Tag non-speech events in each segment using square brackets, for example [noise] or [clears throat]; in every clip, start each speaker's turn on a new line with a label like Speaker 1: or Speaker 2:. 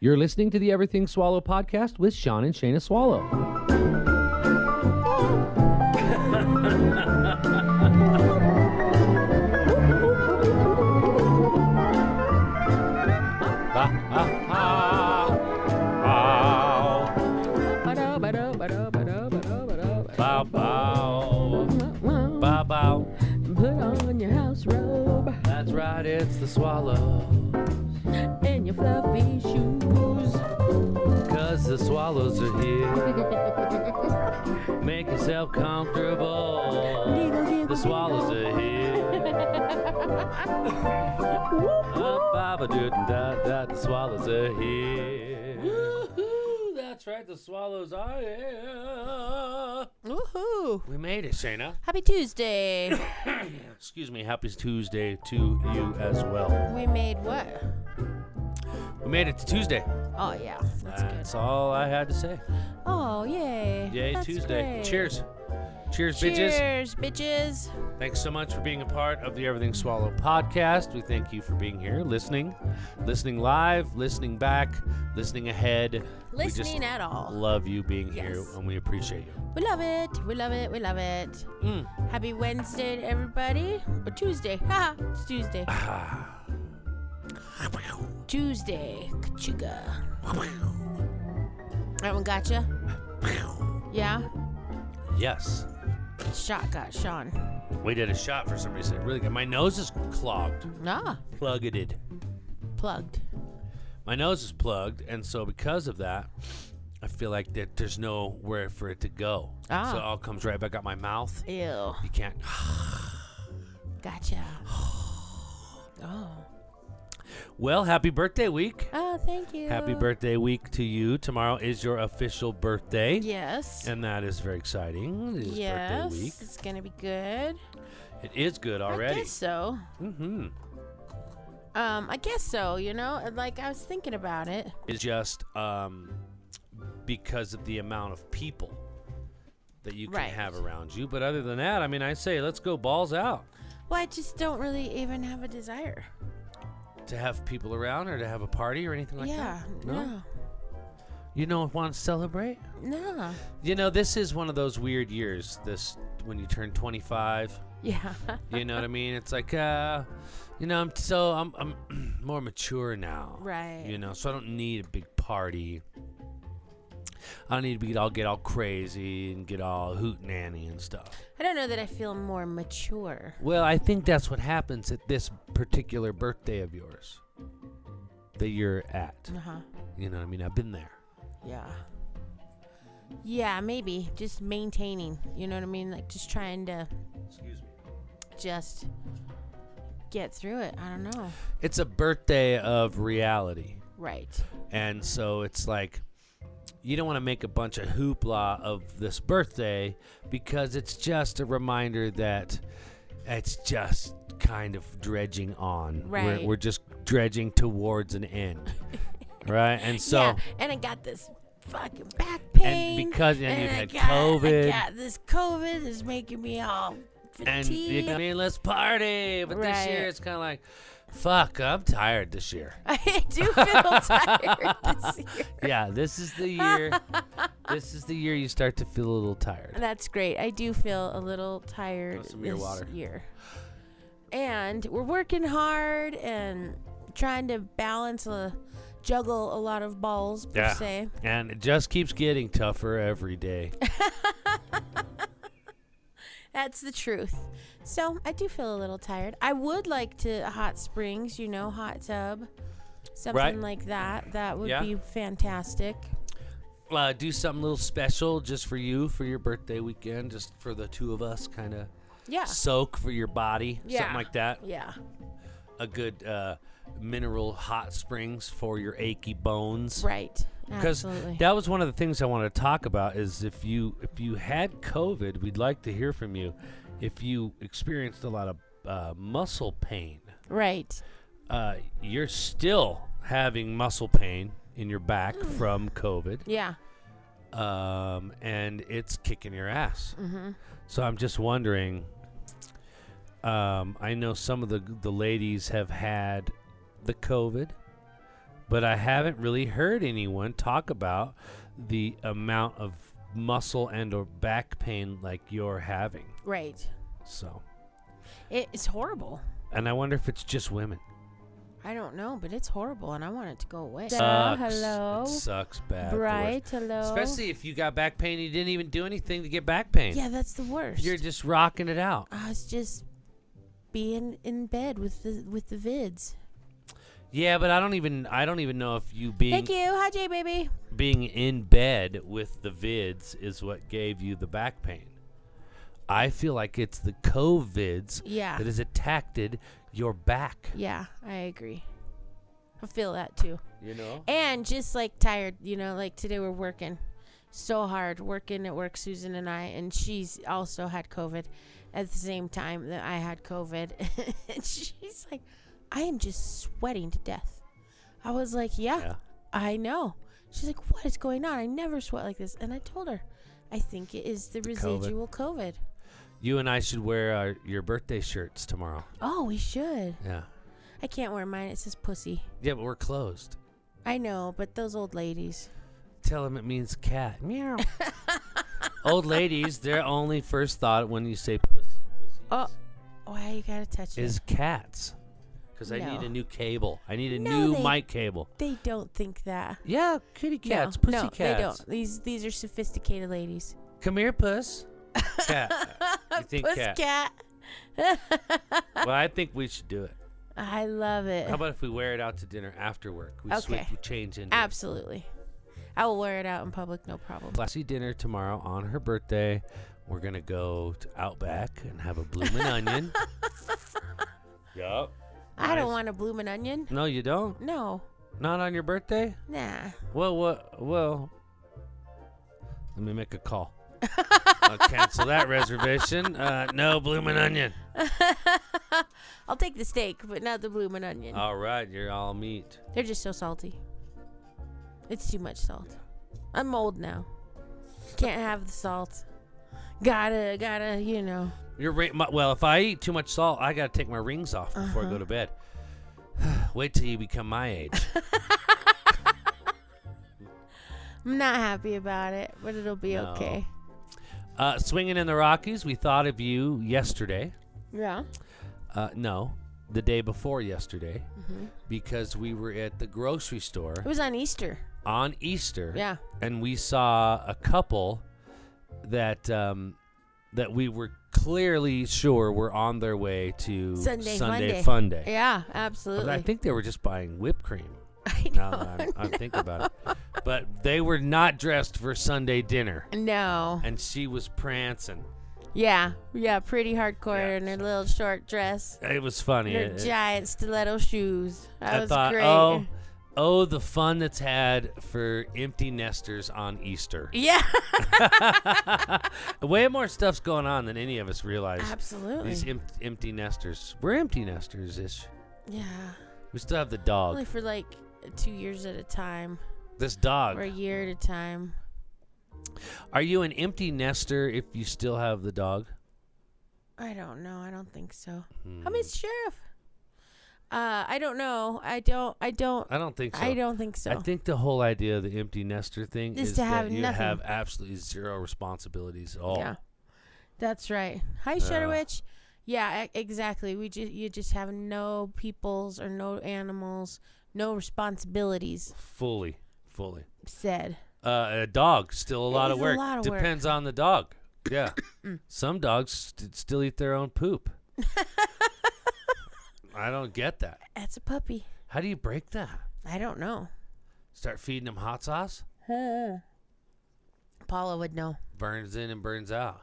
Speaker 1: You're listening to the Everything Swallow podcast with Sean and Shayna Swallow.
Speaker 2: Bow bow. Bow bow.
Speaker 3: Put on your house robe
Speaker 2: That's right, it's the swallow.
Speaker 3: and your fluffy shoes.
Speaker 2: Cause the swallows are here. Make yourself comfortable.
Speaker 3: Giggle, giggle,
Speaker 2: The swallows
Speaker 3: giggle.
Speaker 2: are here. [laughs] Up, baba, doot, and dot, dot, The swallows are here. Woohoo! That's right, the swallows are here.
Speaker 3: Woohoo!
Speaker 2: We made it, Shayna. [laughs]
Speaker 3: Happy Tuesday.
Speaker 2: Excuse me, happy Tuesday to you as well.
Speaker 3: we made what?
Speaker 2: We made it to Tuesday.
Speaker 3: Oh yeah, that's
Speaker 2: That's all I had to say.
Speaker 3: good. Oh yay!
Speaker 2: Yay,
Speaker 3: That's
Speaker 2: Tuesday.
Speaker 3: great.
Speaker 2: Cheers. Cheers, bitches.
Speaker 3: Cheers, bitches.
Speaker 2: Thanks so much for being a part of the Everything Swallow podcast. We thank you for being here, listening, listening live, listening back, listening ahead. we
Speaker 3: Listening
Speaker 2: just
Speaker 3: at all.
Speaker 2: love you being here
Speaker 3: Yes.
Speaker 2: and we appreciate you.
Speaker 3: We love it. We love it. We love it.
Speaker 2: Mm.
Speaker 3: Happy Wednesday, to everybody. Or Tuesday. [laughs] Ha!
Speaker 2: [sighs]
Speaker 3: It's Tuesday. Tuesday. Kachiga. That one gotcha. Yeah.
Speaker 2: [sighs] Yes.
Speaker 3: Shot got Sean.
Speaker 2: We did a shot for some reason. It Really good. My nose is clogged,
Speaker 3: Ah,
Speaker 2: plugged.
Speaker 3: plugged.
Speaker 2: My nose is plugged, and so because of that, I feel like that there's nowhere for it to go.
Speaker 3: Ah.
Speaker 2: So it all comes right back out my mouth.
Speaker 3: Ew.
Speaker 2: You can't. [gasps]
Speaker 3: Gotcha. Oh.
Speaker 2: Well, happy birthday week.
Speaker 3: Oh, thank you.
Speaker 2: Happy birthday week to you. Tomorrow is your official birthday.
Speaker 3: Yes.
Speaker 2: And that is very exciting. It is
Speaker 3: yes.
Speaker 2: birthday week.
Speaker 3: It's gonna be good.
Speaker 2: It is good
Speaker 3: I
Speaker 2: already.
Speaker 3: guess so.
Speaker 2: Mm-hmm.
Speaker 3: Um, I guess so. You know, And, like I was thinking about it.
Speaker 2: It's just um, because of the amount of people that you can
Speaker 3: Right.
Speaker 2: have around you. But other than that, I mean, I say let's go balls out.
Speaker 3: Well, I just don't really even have a desire.
Speaker 2: To have people around or to have a party or anything like
Speaker 3: yeah.
Speaker 2: that? You don't want to celebrate?
Speaker 3: No.
Speaker 2: [laughs]
Speaker 3: No.
Speaker 2: You know, this is one of those weird years. This when you turn 25,
Speaker 3: Yeah.
Speaker 2: you know what I mean? It's like, uh, you know, I'm so I'm I'm [clears throat] more mature now,
Speaker 3: Right.
Speaker 2: You know, so I don't need a big party. I don't need to be all get all crazy and get all hoot nanny and stuff.
Speaker 3: I don't know that I feel more mature.
Speaker 2: Well, I think that's what happens at this particular birthday of yours that you're at.
Speaker 3: Uh huh.
Speaker 2: You know what I mean? I've been there.
Speaker 3: Yeah. Yeah, maybe just maintaining. You know what I mean? Like just trying to
Speaker 2: Excuse me.
Speaker 3: just get through it. I don't know.
Speaker 2: It's a birthday of reality.
Speaker 3: Right.
Speaker 2: And so it's like you don't want to make a bunch of hoopla of this birthday because it's just a reminder that it's just kind of dredging on.
Speaker 3: Right.
Speaker 2: We're, we're just dredging towards an end.
Speaker 3: [laughs]
Speaker 2: right? And so
Speaker 3: yeah, and I got this fucking back pain.
Speaker 2: because, you know, you've
Speaker 3: and I
Speaker 2: had
Speaker 3: got-
Speaker 2: COVID.
Speaker 3: I got this COVID is making me all
Speaker 2: and you
Speaker 3: fatigued.
Speaker 2: can mean let's party. But this year
Speaker 3: Right.
Speaker 2: it's kind of like fuck, I'm tired this year.
Speaker 3: [laughs] I do
Speaker 2: [laughs]
Speaker 3: feel tired this year.
Speaker 2: Yeah, this is the
Speaker 3: [laughs]
Speaker 2: year. this is the year you start to feel a little tired.
Speaker 3: That's great. I do feel a little tired
Speaker 2: Have some of your
Speaker 3: this
Speaker 2: water.
Speaker 3: year. And we're working hard and trying to balance a juggle a lot of balls per
Speaker 2: Yeah.
Speaker 3: se.
Speaker 2: And it just keeps getting tougher every day.
Speaker 3: That's the truth. So I do feel a little tired. I would like to hot springs, you know, hot tub, something
Speaker 2: Right.
Speaker 3: like that. That would
Speaker 2: Yeah.
Speaker 3: be fantastic.
Speaker 2: uh, do something little special just for you for your birthday weekend, just for the two of us, kind of
Speaker 3: Yeah.
Speaker 2: soak for your body,
Speaker 3: Uh. Yeah.
Speaker 2: something like that.
Speaker 3: Yeah.
Speaker 2: A good uh, mineral hot springs for your achy bones.
Speaker 3: Right.
Speaker 2: Because
Speaker 3: Absolutely.
Speaker 2: that was one of the things I wanted to talk about is if you if you had COVID, we'd like to hear from you. If you experienced a lot of uh, muscle pain,
Speaker 3: right.
Speaker 2: uh, you're still having muscle pain in your back
Speaker 3: Mm.
Speaker 2: from COVID.
Speaker 3: Yeah.
Speaker 2: um, and it's kicking your ass.
Speaker 4: Mm-hmm.
Speaker 2: So I'm just wondering. Um, I know some of the the ladies have had the COVID. but I haven't really heard anyone talk about the amount of muscle and or back pain like you're having.
Speaker 3: Right.
Speaker 2: So,
Speaker 3: It, it's horrible.
Speaker 2: and I wonder if it's just women.
Speaker 3: I don't know, but it's horrible, and I want it to go away.
Speaker 2: Sucks.
Speaker 4: hello.
Speaker 2: It sucks bad. the worst.
Speaker 4: Bright, hello.
Speaker 2: Especially if you got back pain, you didn't even do anything to get back pain.
Speaker 3: Yeah, that's the worst.
Speaker 2: You're just rocking it out.
Speaker 3: I was just being in bed with the with the vids.
Speaker 2: Yeah, but I don't even I don't even know if you being
Speaker 3: Thank you. Hi, J baby.
Speaker 2: being in bed with the vids is what gave you the back pain. I feel like it's the COVIDs
Speaker 3: Yeah.
Speaker 2: that has attacked your back.
Speaker 3: Yeah, I agree. I feel that too.
Speaker 2: You know?
Speaker 3: And just like tired, you know, like today we're working so hard, working at work, Susan and I, and she's also had COVID at the same time that I had COVID. [laughs] and she's like, I am just sweating to death. I was like, yeah,
Speaker 2: Yeah.
Speaker 3: I know. She's like, what is going on? I never sweat like this. And I told her, I think it is the
Speaker 2: COVID.
Speaker 3: residual COVID.
Speaker 2: You and I should wear our, your birthday shirts tomorrow.
Speaker 3: Oh, we should.
Speaker 2: Yeah.
Speaker 3: I can't wear mine. It says pussy.
Speaker 2: Yeah, but we're closed.
Speaker 3: I know, but those old ladies.
Speaker 2: Tell them it means cat.
Speaker 3: [laughs]
Speaker 2: Meow. Old ladies, their only first thought when you say pussy, pussy
Speaker 3: Oh, why you gotta touch it?
Speaker 2: is cats. Because I
Speaker 3: No.
Speaker 2: need a new cable. I need a
Speaker 3: No,
Speaker 2: new
Speaker 3: they-
Speaker 2: mic cable.
Speaker 3: They don't think that.
Speaker 2: Yeah, kitty
Speaker 3: No,
Speaker 2: cats, pussy
Speaker 3: no,
Speaker 2: cats.
Speaker 3: they don't. These these are sophisticated ladies.
Speaker 2: Come here, puss. Cat. You think
Speaker 3: Puss
Speaker 2: cat.
Speaker 3: cat.
Speaker 2: Well, I think we should do it.
Speaker 3: I love it.
Speaker 2: How about if we wear it out to dinner after work? We switch,
Speaker 3: Okay.
Speaker 2: we change into it.
Speaker 3: Absolutely. I will wear it out in public, no problem.
Speaker 2: classy dinner tomorrow on her birthday. We're gonna go to Outback and have a
Speaker 3: [laughs]
Speaker 2: bloomin' onion. Yup.
Speaker 3: I don't
Speaker 2: Nice.
Speaker 3: want a bloomin' onion.
Speaker 2: No, you don't.
Speaker 3: No.
Speaker 2: Not on your birthday.
Speaker 3: Nah.
Speaker 2: Well, what? Well, let me make a
Speaker 3: [laughs]
Speaker 2: call. I'll cancel that reservation. Uh, no bloomin' onion.
Speaker 3: I'll take the steak, but not the bloomin' onion.
Speaker 2: All right, you're all meat.
Speaker 3: They're just so salty. It's too much salt. I'm old now. Can't have the salt. Gotta, gotta, you know.
Speaker 2: Your ring, my, well, if I eat too much salt, I gotta take my rings off before I go to bed. [sighs] Wait till you become my age.
Speaker 3: I'm not happy about it, but it'll be
Speaker 2: No.
Speaker 3: okay.
Speaker 2: uh, swinging in the Rockies, we thought of you yesterday.
Speaker 3: Yeah.
Speaker 2: Uh, no, the day before yesterday, because we were at the grocery store
Speaker 3: It was on Easter.
Speaker 2: on Easter.
Speaker 3: Yeah.
Speaker 2: and we saw a couple that um, that we were clearly sure were on their way to
Speaker 3: Sunday,
Speaker 2: Sunday
Speaker 3: Funday.
Speaker 2: Fun Day.
Speaker 3: Yeah,
Speaker 2: But
Speaker 3: absolutely.
Speaker 2: I think uh, they were just buying whipped cream.
Speaker 3: [laughs] I
Speaker 2: Now that I'm, I'm thinking about it, but they were not dressed for Sunday dinner,
Speaker 3: No.
Speaker 2: and she was prancing.
Speaker 3: Yeah. Yeah, pretty hardcore
Speaker 2: Yeah.
Speaker 3: in her little short dress.
Speaker 2: It was funny.
Speaker 3: and Her
Speaker 2: It- it-
Speaker 3: giant stiletto shoes. That
Speaker 2: I
Speaker 3: was
Speaker 2: thought,
Speaker 3: great.
Speaker 2: oh, oh, the fun that's had for empty nesters on
Speaker 3: [laughs]
Speaker 2: Easter.
Speaker 3: [laughs]
Speaker 2: [laughs]
Speaker 3: Yeah.
Speaker 2: Way more stuff's going on than any of us realize. These
Speaker 3: Absolutely.
Speaker 2: em- empty nesters. We're empty nesters ish.
Speaker 3: Yeah.
Speaker 2: We still have the
Speaker 3: Only
Speaker 2: dog.
Speaker 3: for like two years at a time
Speaker 2: This
Speaker 3: or a
Speaker 2: dog.
Speaker 3: year at a time.
Speaker 2: Are you an empty nester if you still have the dog?
Speaker 3: I don't know. I don't think so.
Speaker 2: Hmm.
Speaker 3: I mean, sheriff. Uh, I don't know. I don't. I don't.
Speaker 2: Hmm. I don't think so.
Speaker 3: I don't think so.
Speaker 2: I think the whole idea of the empty nester thing
Speaker 3: Is
Speaker 2: is
Speaker 3: to
Speaker 2: that
Speaker 3: have
Speaker 2: you
Speaker 3: nothing.
Speaker 2: have absolutely zero responsibilities at all.
Speaker 3: Yeah, that's right. Hi, Shutterwitch. Yeah, e- exactly. We just you just have no peoples or no animals, no responsibilities.
Speaker 2: Fully, fully.
Speaker 3: Said.
Speaker 2: Uh, a dog still a
Speaker 3: It
Speaker 2: lot of
Speaker 3: is a
Speaker 2: work.
Speaker 3: lot of work. Mm.
Speaker 2: Depends on the dog.
Speaker 3: [coughs]
Speaker 2: Yeah. Some dogs st- still eat their own
Speaker 3: [laughs]
Speaker 2: poop. I don't get that.
Speaker 3: That's a puppy.
Speaker 2: How do you break that?
Speaker 3: I don't know.
Speaker 2: Start feeding them hot sauce?
Speaker 3: [laughs] Paula would know.
Speaker 2: burns in and burns out.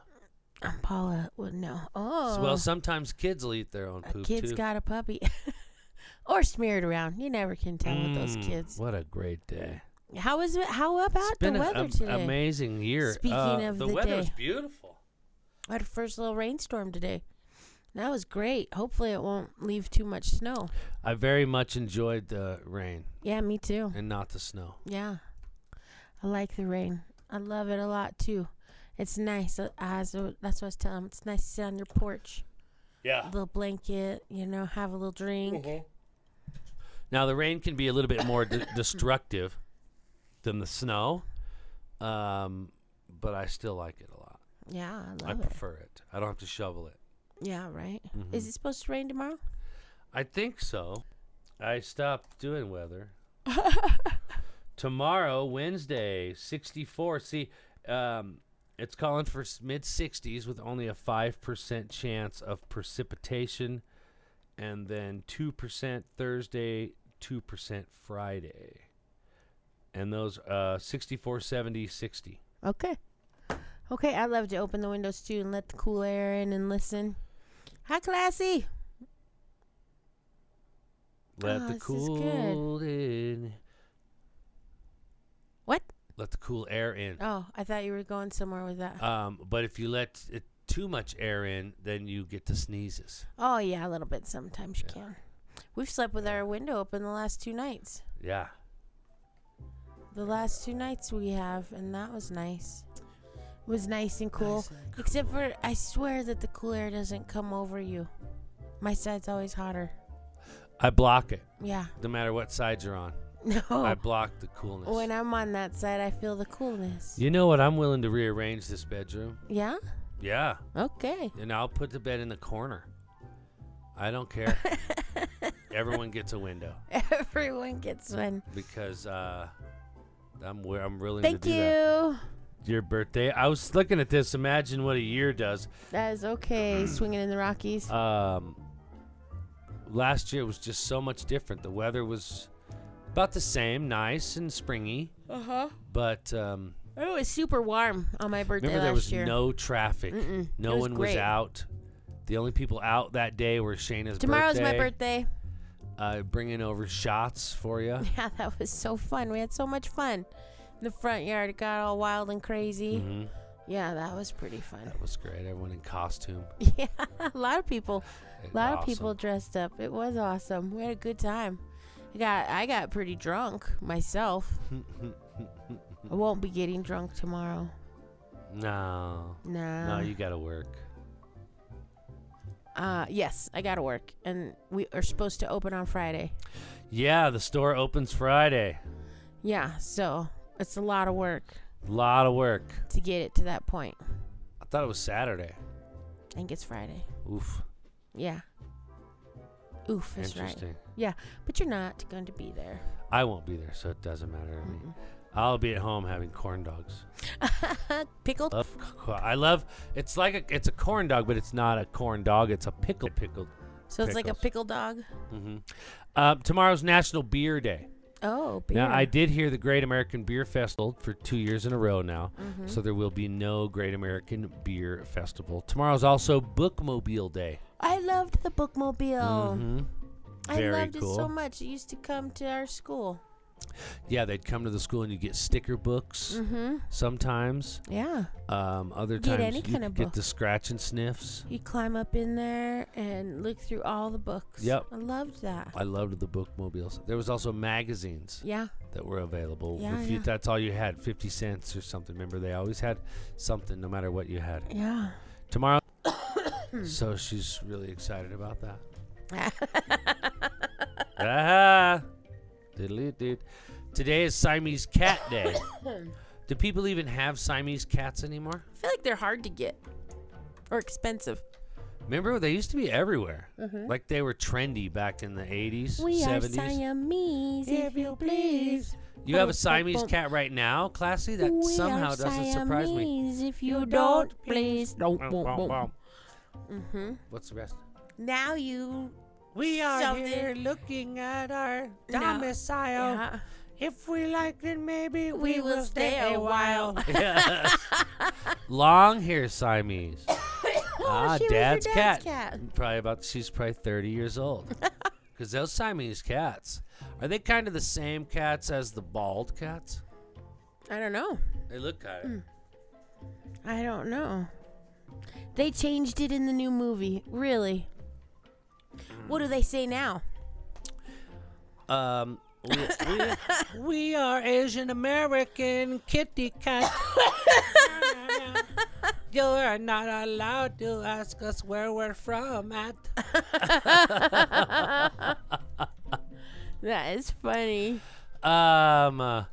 Speaker 3: Um, Paula would know.
Speaker 2: S-
Speaker 3: Oh,
Speaker 2: Well, sometimes kids will eat their own
Speaker 3: a
Speaker 2: poop
Speaker 3: Uh, kid's
Speaker 2: too.
Speaker 3: got a puppy, [laughs] or smeared around. You never can tell with those
Speaker 2: Mm,
Speaker 3: kids.
Speaker 2: What a great day!
Speaker 3: How is it? How about
Speaker 2: it's been
Speaker 3: the
Speaker 2: an
Speaker 3: weather
Speaker 2: am-
Speaker 3: today?
Speaker 2: amazing year.
Speaker 3: Speaking
Speaker 2: Uh,
Speaker 3: of
Speaker 2: the,
Speaker 3: the
Speaker 2: weather's
Speaker 3: day.
Speaker 2: beautiful.
Speaker 3: I had a first little rainstorm today. That was great. Hopefully, it won't leave too much snow.
Speaker 2: I very much enjoyed the rain
Speaker 3: Yeah, me too.
Speaker 2: and not the snow.
Speaker 3: Yeah. I like the rain. I love it a lot too. It's nice. Uh, As uh, that's what I was telling him. It's nice to sit on your porch,
Speaker 2: Yeah.
Speaker 3: little blanket, you know, have a little drink.
Speaker 2: Mm-hmm. Now the rain can be a little bit more de- [coughs] destructive than the snow, um, but I still like it a lot.
Speaker 3: Yeah, I
Speaker 2: I
Speaker 3: love it.
Speaker 2: prefer it. I don't have to shovel it.
Speaker 3: Yeah, right. Is it supposed to rain tomorrow?
Speaker 2: I think so. I stopped doing
Speaker 3: [laughs]
Speaker 2: weather. Tomorrow, Wednesday, 64. See, um, it's calling for mid 60s with only a 5% chance of precipitation, and then 2% Thursday, 2% Friday. And those uh, 64, 70, 60.
Speaker 3: Okay. Okay, I love to open the windows too and let the cool air in and listen. Hi, classy.
Speaker 2: Let
Speaker 3: Oh,
Speaker 2: the
Speaker 3: this is good.
Speaker 2: cool in.
Speaker 3: What?
Speaker 2: Let the cool air in.
Speaker 3: Oh, I thought you were going somewhere with that.
Speaker 2: Um, but if you let it, too much air in, then you get the sneezes.
Speaker 3: oh, yeah, a little bit sometimes you
Speaker 2: Yeah.
Speaker 3: can. We've slept with our window open the last two nights.
Speaker 2: Yeah.
Speaker 3: The last two nights we have, and that was nice. It was nice and cool. Except for, I swear that the cool air doesn't come over you. My side's always hotter.
Speaker 2: I block it,
Speaker 3: Yeah. [laughs]
Speaker 2: no matter what side you're on.
Speaker 3: No.
Speaker 2: I block the coolness.
Speaker 3: Oh. when I'm on that side, I feel the coolness.
Speaker 2: you know what? I'm willing to rearrange this bedroom.
Speaker 3: Yeah?
Speaker 2: Yeah.
Speaker 3: Okay. [laughs]
Speaker 2: And I'll put the bed in the corner. I don't
Speaker 3: [laughs]
Speaker 2: care. Everyone gets a window
Speaker 3: Everyone gets one.
Speaker 2: because uh, I'm wi- I'm willing
Speaker 3: Thank
Speaker 2: to do that.
Speaker 3: you.
Speaker 2: Your birthday. I was looking at this. Imagine what a year does.
Speaker 3: That
Speaker 2: [clears throat]
Speaker 3: is okay. Swinging in the Rockies.
Speaker 2: um, last year was just so much different. The weather was about the same, nice and springy,
Speaker 3: Uh huh.
Speaker 2: but um,
Speaker 3: Oh, It was super warm on my birthday
Speaker 2: remember there
Speaker 3: last
Speaker 2: was
Speaker 3: year.
Speaker 2: no traffic.
Speaker 3: Mm-mm.
Speaker 2: No
Speaker 3: It was
Speaker 2: one was
Speaker 3: great.
Speaker 2: out. The only people out that day were Shayna's
Speaker 3: Tomorrow's
Speaker 2: birthday.
Speaker 3: my birthday.
Speaker 2: Uh, bringing over shots for
Speaker 3: [laughs]
Speaker 2: you.
Speaker 3: Yeah, that was so fun. We had so much fun. In the front yard, it got all wild and crazy.
Speaker 2: hmm
Speaker 3: Yeah, that was pretty fun. [laughs]
Speaker 2: That was great. Everyone in costume.
Speaker 3: Yeah, a lot of people,
Speaker 2: It-
Speaker 3: a lot of
Speaker 2: awesome.
Speaker 3: people dressed up. It was awesome. We had a good time. I got I got pretty drunk myself. I won't be getting drunk tomorrow.
Speaker 2: no,
Speaker 3: Nah.
Speaker 2: no, you gotta work.
Speaker 3: Uh, yes, I gotta work, and we are supposed to open on Friday.
Speaker 2: Yeah, the store opens Friday.
Speaker 3: Yeah, so it's a lot of work
Speaker 2: lot of work.
Speaker 3: to get it to that point.
Speaker 2: I thought it was Saturday.
Speaker 3: I think it's Friday.
Speaker 2: Oof.
Speaker 3: Yeah. Oof, is right.
Speaker 2: Interesting.
Speaker 3: But you're not going to be there.
Speaker 2: I won't be there, so it doesn't matter to me.
Speaker 3: Mm-hmm.
Speaker 2: I'll be at home having corn dogs.
Speaker 3: Mm-mm. Mm-hmm. [laughs] Pickled.
Speaker 2: Love c- co- I love. It's like a, it's a corn dog, but it's not a corn dog. It's a pickled pickled.
Speaker 3: so it's like a
Speaker 2: pickles.
Speaker 3: pickle dog.
Speaker 2: hmm Uh, tomorrow's National Beer Day.
Speaker 3: Oh, beer.
Speaker 2: Now I did hear the Great American Beer Festival for two years in a row now,
Speaker 3: Mm-hmm.
Speaker 2: so there will be no Great American Beer Festival. Tomorrow's also Bookmobile Day.
Speaker 3: I loved the bookmobile.
Speaker 2: hmm
Speaker 3: I
Speaker 2: Very
Speaker 3: loved
Speaker 2: cool.
Speaker 3: it so much. It used to come to our school.
Speaker 2: Yeah, they'd come to the school and you get sticker books
Speaker 3: Mm-hmm.
Speaker 2: sometimes.
Speaker 3: Yeah.
Speaker 2: Um, other
Speaker 3: Get
Speaker 2: times
Speaker 3: any
Speaker 2: you
Speaker 3: kind
Speaker 2: could
Speaker 3: of
Speaker 2: get
Speaker 3: book.
Speaker 2: the scratch and sniffs.
Speaker 3: You climb up in there and look through all the books.
Speaker 2: Yep.
Speaker 3: I loved that.
Speaker 2: I loved the bookmobiles. There was also magazines
Speaker 3: Yeah.
Speaker 2: that were available.
Speaker 3: Yeah,
Speaker 2: if you,
Speaker 3: yeah.
Speaker 2: that's all you had, fifty cents or something. Remember, they always had something, no matter what you had.
Speaker 3: Yeah. [laughs] [coughs]
Speaker 2: Tomorrow, so she's really excited about that.
Speaker 3: [coughs]
Speaker 2: [coughs] ah, diddly-doot. Today is Siamese Cat Day.
Speaker 3: [coughs]
Speaker 2: Do people even have Siamese cats anymore?
Speaker 3: I feel like they're hard to get or expensive.
Speaker 2: Remember, they used to be everywhere. Like they were trendy back in the '80s,
Speaker 3: Mm-hmm. We are
Speaker 2: '70s.
Speaker 3: Siamese, if you please.
Speaker 2: You have a
Speaker 3: Bum,
Speaker 2: Siamese
Speaker 3: bum,
Speaker 2: cat right now, Classy? That
Speaker 3: we
Speaker 2: somehow
Speaker 3: are
Speaker 2: doesn't surprise me.
Speaker 3: Siamese, If you don't, please. Don't.
Speaker 2: Wow, wow, wow.
Speaker 3: Mm-hmm.
Speaker 2: What's the rest?
Speaker 3: Now you.
Speaker 2: We
Speaker 3: are Something. here
Speaker 2: looking at our
Speaker 3: No. domicile.
Speaker 2: [laughs]
Speaker 3: Yeah.
Speaker 2: If we like it, maybe
Speaker 3: We we will will stay stay a a while.
Speaker 2: [laughs]
Speaker 3: while.
Speaker 2: Long hair Siamese.
Speaker 3: [laughs]
Speaker 2: ah,
Speaker 3: Oh, she was your
Speaker 2: dad's, cat.
Speaker 3: dad's cat.
Speaker 2: Probably about. She's probably thirty years
Speaker 3: [laughs]
Speaker 2: old. Because those Siamese cats are they kind of the same cats as the bald cats?
Speaker 3: I don't know.
Speaker 2: They look kind of.
Speaker 3: I don't know. They changed it in the new movie. Really. What do they say now?
Speaker 2: Um, we, we, we are Asian American kitty cat. you are not allowed to ask us where we're from at.
Speaker 3: That is funny.
Speaker 2: Um, uh,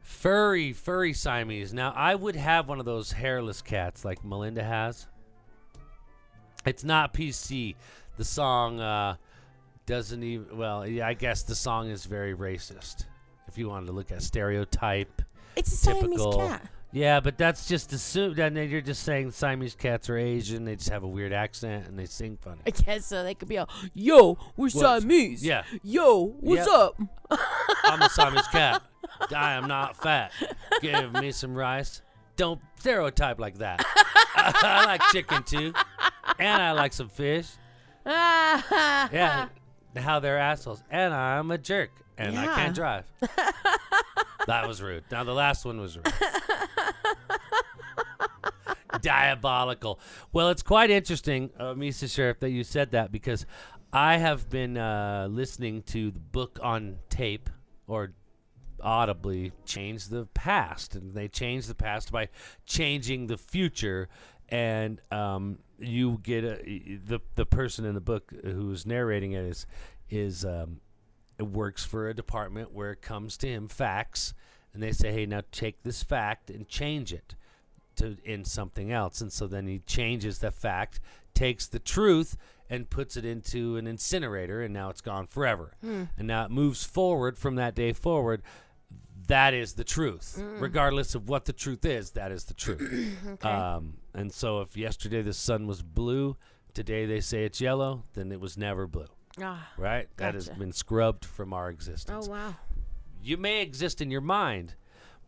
Speaker 2: furry, furry Siamese. Now, I would have one of those hairless cats like Melinda has. It's not PC. The song uh, doesn't even. Well, yeah, I guess the song is very racist. If you wanted to look at stereotype,
Speaker 3: It's a
Speaker 2: Typical.
Speaker 3: Siamese cat.
Speaker 2: yeah, but that's just assumed. And then you're just saying Siamese cats are Asian. They just have a weird accent and they sing
Speaker 3: [laughs]
Speaker 2: funny.
Speaker 3: I guess so. They could be all, yo, we're Siamese.
Speaker 2: Yeah,
Speaker 3: Yo, what's
Speaker 2: Yep.
Speaker 3: [laughs] up?
Speaker 2: I'm a Siamese cat. I am not fat. Give me some rice. Don't stereotype like that. [laughs] I like chicken too, and I like some fish.
Speaker 3: Ah.
Speaker 2: Yeah, [laughs] how they're assholes, and I'm a jerk, and I
Speaker 3: Yeah.
Speaker 2: can't drive. that was rude. Now the last one was rude. Diabolical. Well, it's quite interesting, uh, Misa Sheriff, that you said that because I have been uh, listening to the book on tape or audibly change the past, and they change the past by changing the future, and um, you get a, the the person in the book who's narrating it is is um, works for a department where it comes to him facts, and they say, hey, now take this fact and change it to in something else, and so then he changes the fact, takes the truth. And puts it into an incinerator, and now it's gone forever.
Speaker 3: Hmm.
Speaker 2: And now it moves forward from that day forward that is the truth,
Speaker 3: Mm.
Speaker 2: regardless of what the truth is. That is the
Speaker 3: [coughs]
Speaker 2: truth. um, and so, if yesterday the sun was blue, today they say it's yellow, then it was never blue,
Speaker 3: Ah.
Speaker 2: right? That has
Speaker 3: Gotcha.
Speaker 2: been scrubbed from our
Speaker 3: Oh,
Speaker 2: existence.
Speaker 3: wow.
Speaker 2: You may exist in your mind,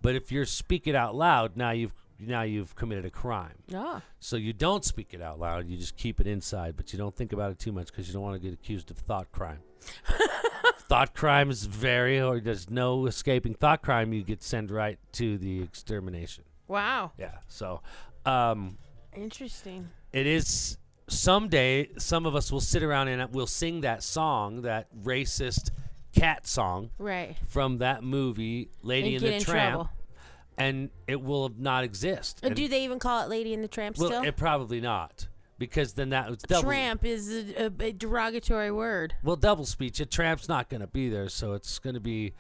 Speaker 2: but if you speak it out loud, now you've now you've committed a crime.
Speaker 3: Ah.
Speaker 2: So you don't speak it out loud. You just keep it inside, but you don't think about it too much because you don't want to get accused of thought
Speaker 3: [laughs]
Speaker 2: crime. thought crime is very, or there's no escaping thought crime. You get sent right to the extermination.
Speaker 3: Wow.
Speaker 2: Yeah. So, um,
Speaker 3: Interesting.
Speaker 2: it is someday some of us will sit around and we'll sing that song, that racist cat song
Speaker 3: Right.
Speaker 2: from that movie, Lady
Speaker 3: And
Speaker 2: in
Speaker 3: get
Speaker 2: the
Speaker 3: in
Speaker 2: Tramp,
Speaker 3: trouble.
Speaker 2: and it will not exist.
Speaker 3: Uh,
Speaker 2: And-
Speaker 3: Do they even call it Lady in the Tramp
Speaker 2: well,
Speaker 3: still?
Speaker 2: it probably not. Because then that was double.
Speaker 3: Tramp is a, a, a derogatory word.
Speaker 2: Well, double speech. A tramp's not going to be there, so it's going to be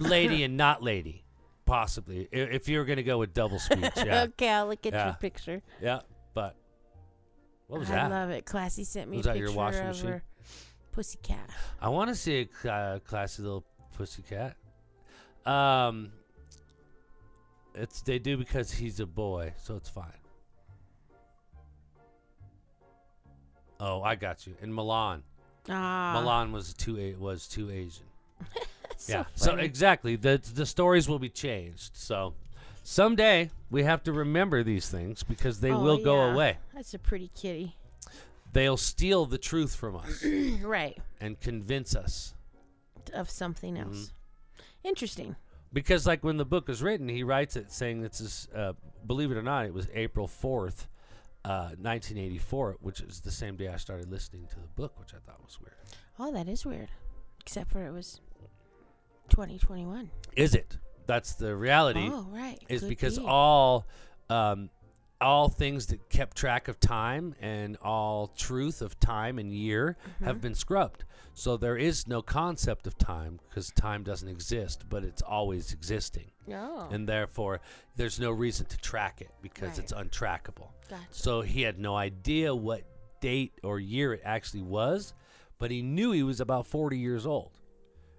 Speaker 2: lady and not lady, possibly. i- If you're going to go with double speech, [laughs] yeah,
Speaker 3: [laughs] Okay, I'll look at
Speaker 2: Yeah.
Speaker 3: your picture.
Speaker 2: yeah. But what was
Speaker 3: I
Speaker 2: that?
Speaker 3: love it. Classy sent me
Speaker 2: Was
Speaker 3: a
Speaker 2: that
Speaker 3: picture
Speaker 2: your washing
Speaker 3: of
Speaker 2: machine?
Speaker 3: her pussycat.
Speaker 2: I want to see a uh, classy little pussycat. Um, it's they do because he's a boy, so it's fine. Oh, I got you. In Milan,
Speaker 3: Ah,
Speaker 2: Milan was too a- was too Asian.
Speaker 3: so
Speaker 2: yeah. So
Speaker 3: funny.
Speaker 2: exactly, the the stories will be changed. So someday we have to remember these things because they
Speaker 3: Oh,
Speaker 2: will go
Speaker 3: yeah.
Speaker 2: away.
Speaker 3: That's a pretty kitty. [clears throat]
Speaker 2: They'll steal the truth from us
Speaker 3: right.
Speaker 2: and convince us.
Speaker 3: Of something
Speaker 2: Mm-hmm.
Speaker 3: else. Interesting.
Speaker 2: Because like when the book was written, he writes it saying this is uh, believe it or not, it was April fourth. Uh, 1984, which is the same day I started listening to the book, which I thought was weird.
Speaker 3: Oh, that is weird. Except for it was 2021.
Speaker 2: Is it? That's the reality.
Speaker 3: oh, right.
Speaker 2: is
Speaker 3: Could
Speaker 2: because
Speaker 3: be.
Speaker 2: all um, all things that kept track of time and all truth of time and year
Speaker 3: Mm-hmm.
Speaker 2: have been scrubbed. So there is no concept of time because time doesn't exist, but it's always existing.
Speaker 3: No.
Speaker 2: And therefore, there's no reason to track it because
Speaker 3: Right.
Speaker 2: it's untrackable.
Speaker 3: gotcha.
Speaker 2: So he had no idea what date or year it actually was, but he knew he was about 40 years old.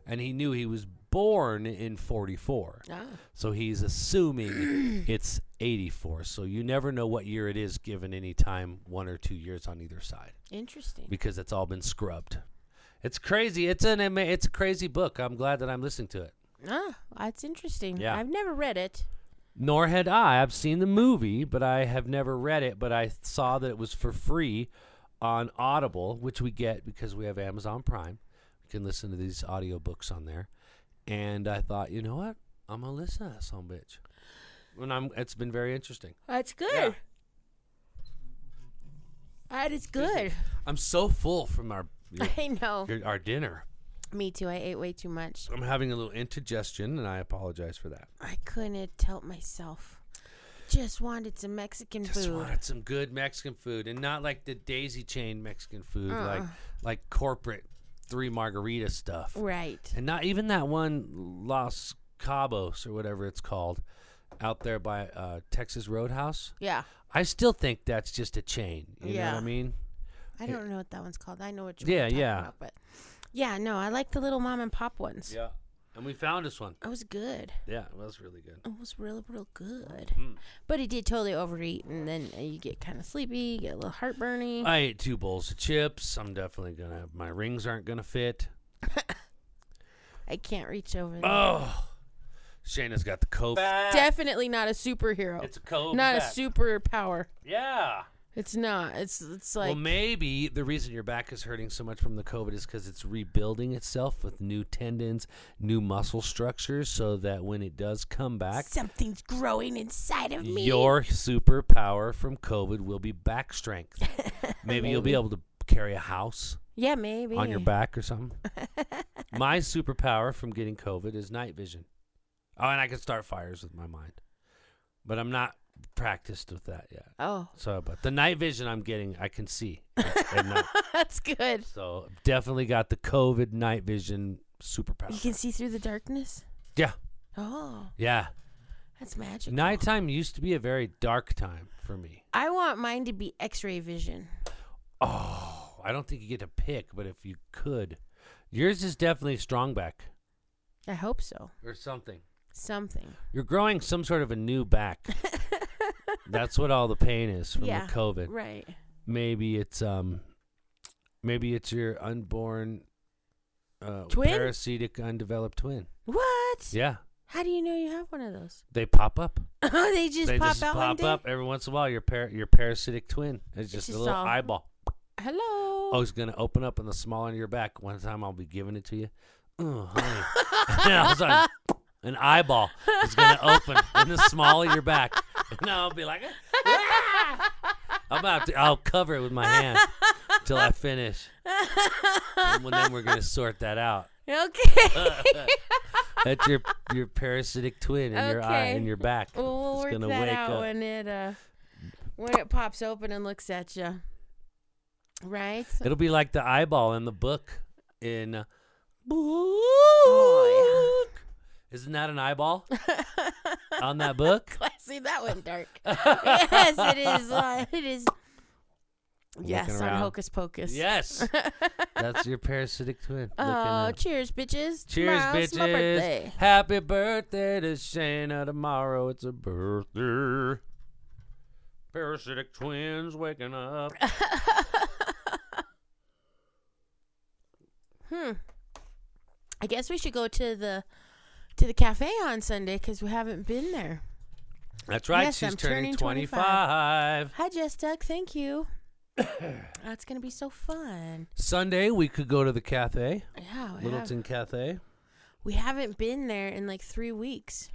Speaker 2: And he knew he was born in 44.
Speaker 3: Ah.
Speaker 2: So he's assuming it's 84. So you never know what year it is given any time, one or two years on either side,
Speaker 3: Interesting.
Speaker 2: because it's all been scrubbed. It's crazy. It's an ama- it's a crazy book. I'm glad that I'm listening to it.
Speaker 3: Ah, that's interesting.
Speaker 2: Yeah.
Speaker 3: I've never read it.
Speaker 2: Nor had I. I've seen the movie, but I have never read it. But I saw that it was for free on Audible, which we get because we have Amazon Prime. We can listen to these audiobooks on there. And I thought, you know what? I'm gonna listen to that some bitch. And I'm. It's been very interesting.
Speaker 3: That's Oh, good. That
Speaker 2: [laughs]
Speaker 3: is good.
Speaker 2: I'm so full from our
Speaker 3: [laughs]
Speaker 2: your-
Speaker 3: I know.
Speaker 2: your, our dinner.
Speaker 3: Me too. I ate way too much.
Speaker 2: I'm having a little indigestion, and I apologize for that.
Speaker 3: I couldn't help myself. Just wanted some Mexican
Speaker 2: Just
Speaker 3: food.
Speaker 2: wanted some good Mexican food, and not like the daisy chain Mexican food, like
Speaker 3: Uh-uh.
Speaker 2: like corporate three margarita stuff.
Speaker 3: Right.
Speaker 2: And not even that one Los Cabos or whatever it's called out there by uh, Texas Roadhouse.
Speaker 3: Yeah.
Speaker 2: I still think that's just a chain. You know what
Speaker 3: Yeah.
Speaker 2: I mean?
Speaker 3: I
Speaker 2: Yeah.
Speaker 3: don't know what that one's called. I know what
Speaker 2: Yeah,
Speaker 3: you're talking
Speaker 2: yeah.
Speaker 3: about, but yeah, no, I like the little mom and pop ones.
Speaker 2: Yeah. And we found this one.
Speaker 3: It was good.
Speaker 2: Yeah, it was really good.
Speaker 3: It was real, real good.
Speaker 2: Mm.
Speaker 3: But he did totally overeat, and then uh, you get kind of sleepy, you get a little heartburny.
Speaker 2: I ate two bowls of chips. I'm definitely gonna have my rings aren't gonna fit.
Speaker 3: I can't reach over. there.
Speaker 2: Oh, Shayna's got the cope.
Speaker 3: Definitely not a superhero.
Speaker 2: It's a cope.
Speaker 3: not a
Speaker 2: back.
Speaker 3: superpower.
Speaker 2: Yeah.
Speaker 3: It's not. It's it's like
Speaker 2: well, maybe the reason your back is hurting so much from the COVID is because it's rebuilding itself with new tendons, new muscle structures, so that when it does come back,
Speaker 3: something's growing inside of me.
Speaker 2: your superpower from COVID will be back
Speaker 3: [laughs]
Speaker 2: strength. maybe you'll be able to carry a house.
Speaker 3: yeah, maybe
Speaker 2: on your back or something. my superpower from getting COVID is night vision. Oh, and I can start fires with my mind, but I'm not practiced with that yet.
Speaker 3: [laughs] Oh, [laughs]
Speaker 2: So, but the night vision I'm getting, I can see. at- at [laughs] night.
Speaker 3: that's good.
Speaker 2: So, definitely got the COVID night vision
Speaker 3: You
Speaker 2: superpower.
Speaker 3: can see through the darkness.
Speaker 2: Yeah,
Speaker 3: Oh,
Speaker 2: yeah.
Speaker 3: that's magic.
Speaker 2: Nighttime used to be a very dark time for me.
Speaker 3: I want mine to be X-ray vision.
Speaker 2: Oh, I don't think you get to pick, but if you could, yours is definitely strong back
Speaker 3: I hope so.
Speaker 2: or something.
Speaker 3: Something. [laughs]
Speaker 2: You're growing some sort of a new back. That's what all the pain is from
Speaker 3: Yeah,
Speaker 2: the COVID.
Speaker 3: Right.
Speaker 2: Maybe it's um, maybe it's your unborn, uh,
Speaker 3: Twin?
Speaker 2: parasitic undeveloped twin.
Speaker 3: What?
Speaker 2: Yeah,
Speaker 3: How do you know you have one of those? [laughs]
Speaker 2: they pop up.
Speaker 3: Oh, they just
Speaker 2: they
Speaker 3: pop
Speaker 2: just
Speaker 3: out one
Speaker 2: pop
Speaker 3: day.
Speaker 2: up every once in a while. Your par- your parasitic twin. It's just,
Speaker 3: just
Speaker 2: a little
Speaker 3: all-
Speaker 2: eyeball.
Speaker 3: Hello. [laughs]
Speaker 2: Oh, it's gonna open up in the small end of your back. One time I'll be giving it to you. Oh, honey.
Speaker 3: [laughs]
Speaker 2: [laughs] and all of a sudden, an eyeball is gonna open in the small of your back. [laughs] And I'll be like, "Ah!" I'm about to, I'll cover it with my hand until I finish. And when- then we're gonna sort that out.
Speaker 3: [laughs] Okay.
Speaker 2: That's your your parasitic twin in your eye
Speaker 3: Okay.
Speaker 2: in your back.
Speaker 3: well, we'll
Speaker 2: It's
Speaker 3: work
Speaker 2: gonna
Speaker 3: that
Speaker 2: wake
Speaker 3: out
Speaker 2: up.
Speaker 3: when it uh when it pops open and looks at you. Right.
Speaker 2: It'll be like the eyeball in the book in uh,
Speaker 3: [laughs] Oh,
Speaker 2: book. Isn't that an eyeball on that book?
Speaker 3: See that went
Speaker 2: [laughs]
Speaker 3: dark. yes, it is. Uh, it is. Yes, on
Speaker 2: around.
Speaker 3: Hocus Pocus. [laughs]
Speaker 2: Yes. That's your parasitic twin. looking
Speaker 3: Oh,
Speaker 2: up.
Speaker 3: cheers, bitches.
Speaker 2: Cheers,
Speaker 3: Tomorrow's
Speaker 2: bitches.
Speaker 3: My birthday.
Speaker 2: Happy birthday to Shayna. Tomorrow it's a birthday. Parasitic twins waking
Speaker 3: [laughs]
Speaker 2: up.
Speaker 3: Hmm. I guess we should go to the to the cafe on Sunday because we haven't been there.
Speaker 2: That's right.
Speaker 3: Yes,
Speaker 2: she's
Speaker 3: I'm
Speaker 2: turning,
Speaker 3: turning
Speaker 2: 25.
Speaker 3: Hi, Jess Doug.
Speaker 2: [coughs]
Speaker 3: Thank you. That's gonna be so fun.
Speaker 2: Sunday, we could go to the cafe,
Speaker 3: Yeah, we, have,
Speaker 2: Littleton Cafe.
Speaker 3: we haven't been there in like three weeks.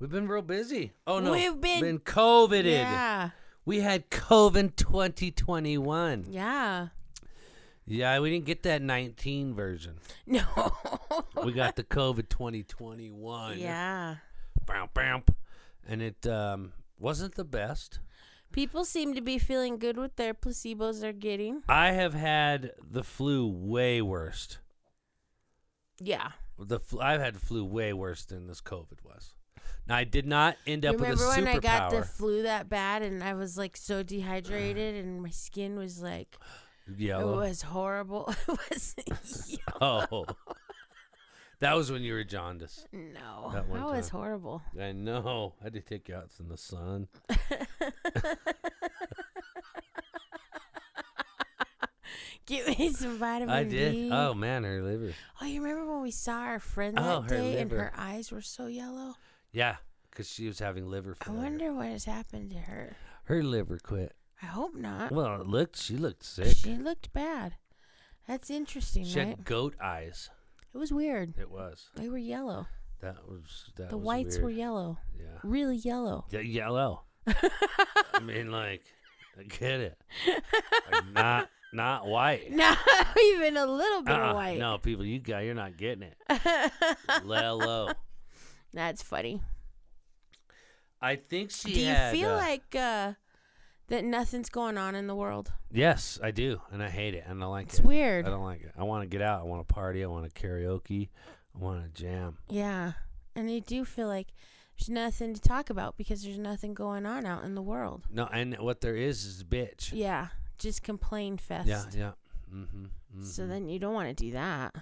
Speaker 2: We've been real busy. Oh, no.
Speaker 3: We've been-
Speaker 2: been COVIDed.
Speaker 3: Yeah,
Speaker 2: We had COVID 2021.
Speaker 3: yeah. [laughs]
Speaker 2: Yeah, we didn't get that 19 version.
Speaker 3: No.
Speaker 2: We got the COVID 2021.
Speaker 3: yeah.
Speaker 2: Bam, bam. And it um, wasn't the best.
Speaker 3: People seem to be feeling good with their placebos they're getting.
Speaker 2: I have had the flu way worst.
Speaker 3: Yeah.
Speaker 2: The fl- I've had flu way worse than this COVID was. Now I did not end up
Speaker 3: Remember
Speaker 2: with a superpower.
Speaker 3: when I got the flu that bad and I was like so dehydrated and my skin was like
Speaker 2: Yellow.
Speaker 3: it was horrible. [laughs] it was [laughs]
Speaker 2: Oh, that was when you were jaundiced.
Speaker 3: no,
Speaker 2: That
Speaker 3: that,
Speaker 2: one
Speaker 3: was
Speaker 2: time.
Speaker 3: horrible.
Speaker 2: I know. I had to take you out in the sun.
Speaker 3: Give me some vitamin
Speaker 2: I did.
Speaker 3: D.
Speaker 2: Oh man, her liver.
Speaker 3: Oh, you remember when we saw our friend that
Speaker 2: Oh, her
Speaker 3: day and
Speaker 2: liver.
Speaker 3: her eyes were so yellow?
Speaker 2: Yeah, because she was having liver
Speaker 3: I
Speaker 2: failure.
Speaker 3: wonder what has happened to her.
Speaker 2: Her liver quit.
Speaker 3: I hope not.
Speaker 2: Well, it looked. She looked sick.
Speaker 3: Uh, She looked bad. That's interesting,
Speaker 2: She
Speaker 3: right?
Speaker 2: had goat eyes.
Speaker 3: It was weird.
Speaker 2: It was.
Speaker 3: They were yellow.
Speaker 2: That was. That
Speaker 3: the
Speaker 2: was
Speaker 3: whites were
Speaker 2: weird.
Speaker 3: yellow.
Speaker 2: Yeah.
Speaker 3: Really yellow. [laughs]
Speaker 2: Yeah, yellow. I mean, like, I get it. Like, not not white.
Speaker 3: [laughs] Not even a little bit
Speaker 2: Uh-uh.
Speaker 3: of white.
Speaker 2: No, people, you got you're not getting
Speaker 3: [laughs]
Speaker 2: it. Lello.
Speaker 3: That's funny.
Speaker 2: I think she.
Speaker 3: Do you
Speaker 2: had,
Speaker 3: feel
Speaker 2: uh,
Speaker 3: like uh that nothing's going on in the world.
Speaker 2: Yes, I do, and I hate it, and I like
Speaker 3: It's
Speaker 2: it.
Speaker 3: weird.
Speaker 2: I don't like it. I want to get out. I want to party. I want to karaoke. I want to jam.
Speaker 3: Yeah. And I do feel like there's nothing to talk about because there's nothing going on out in the world.
Speaker 2: No, and what there is is bitch.
Speaker 3: Yeah. Just complain fest.
Speaker 2: Yeah, yeah. Mm-hmm,
Speaker 3: So then you don't want to do that.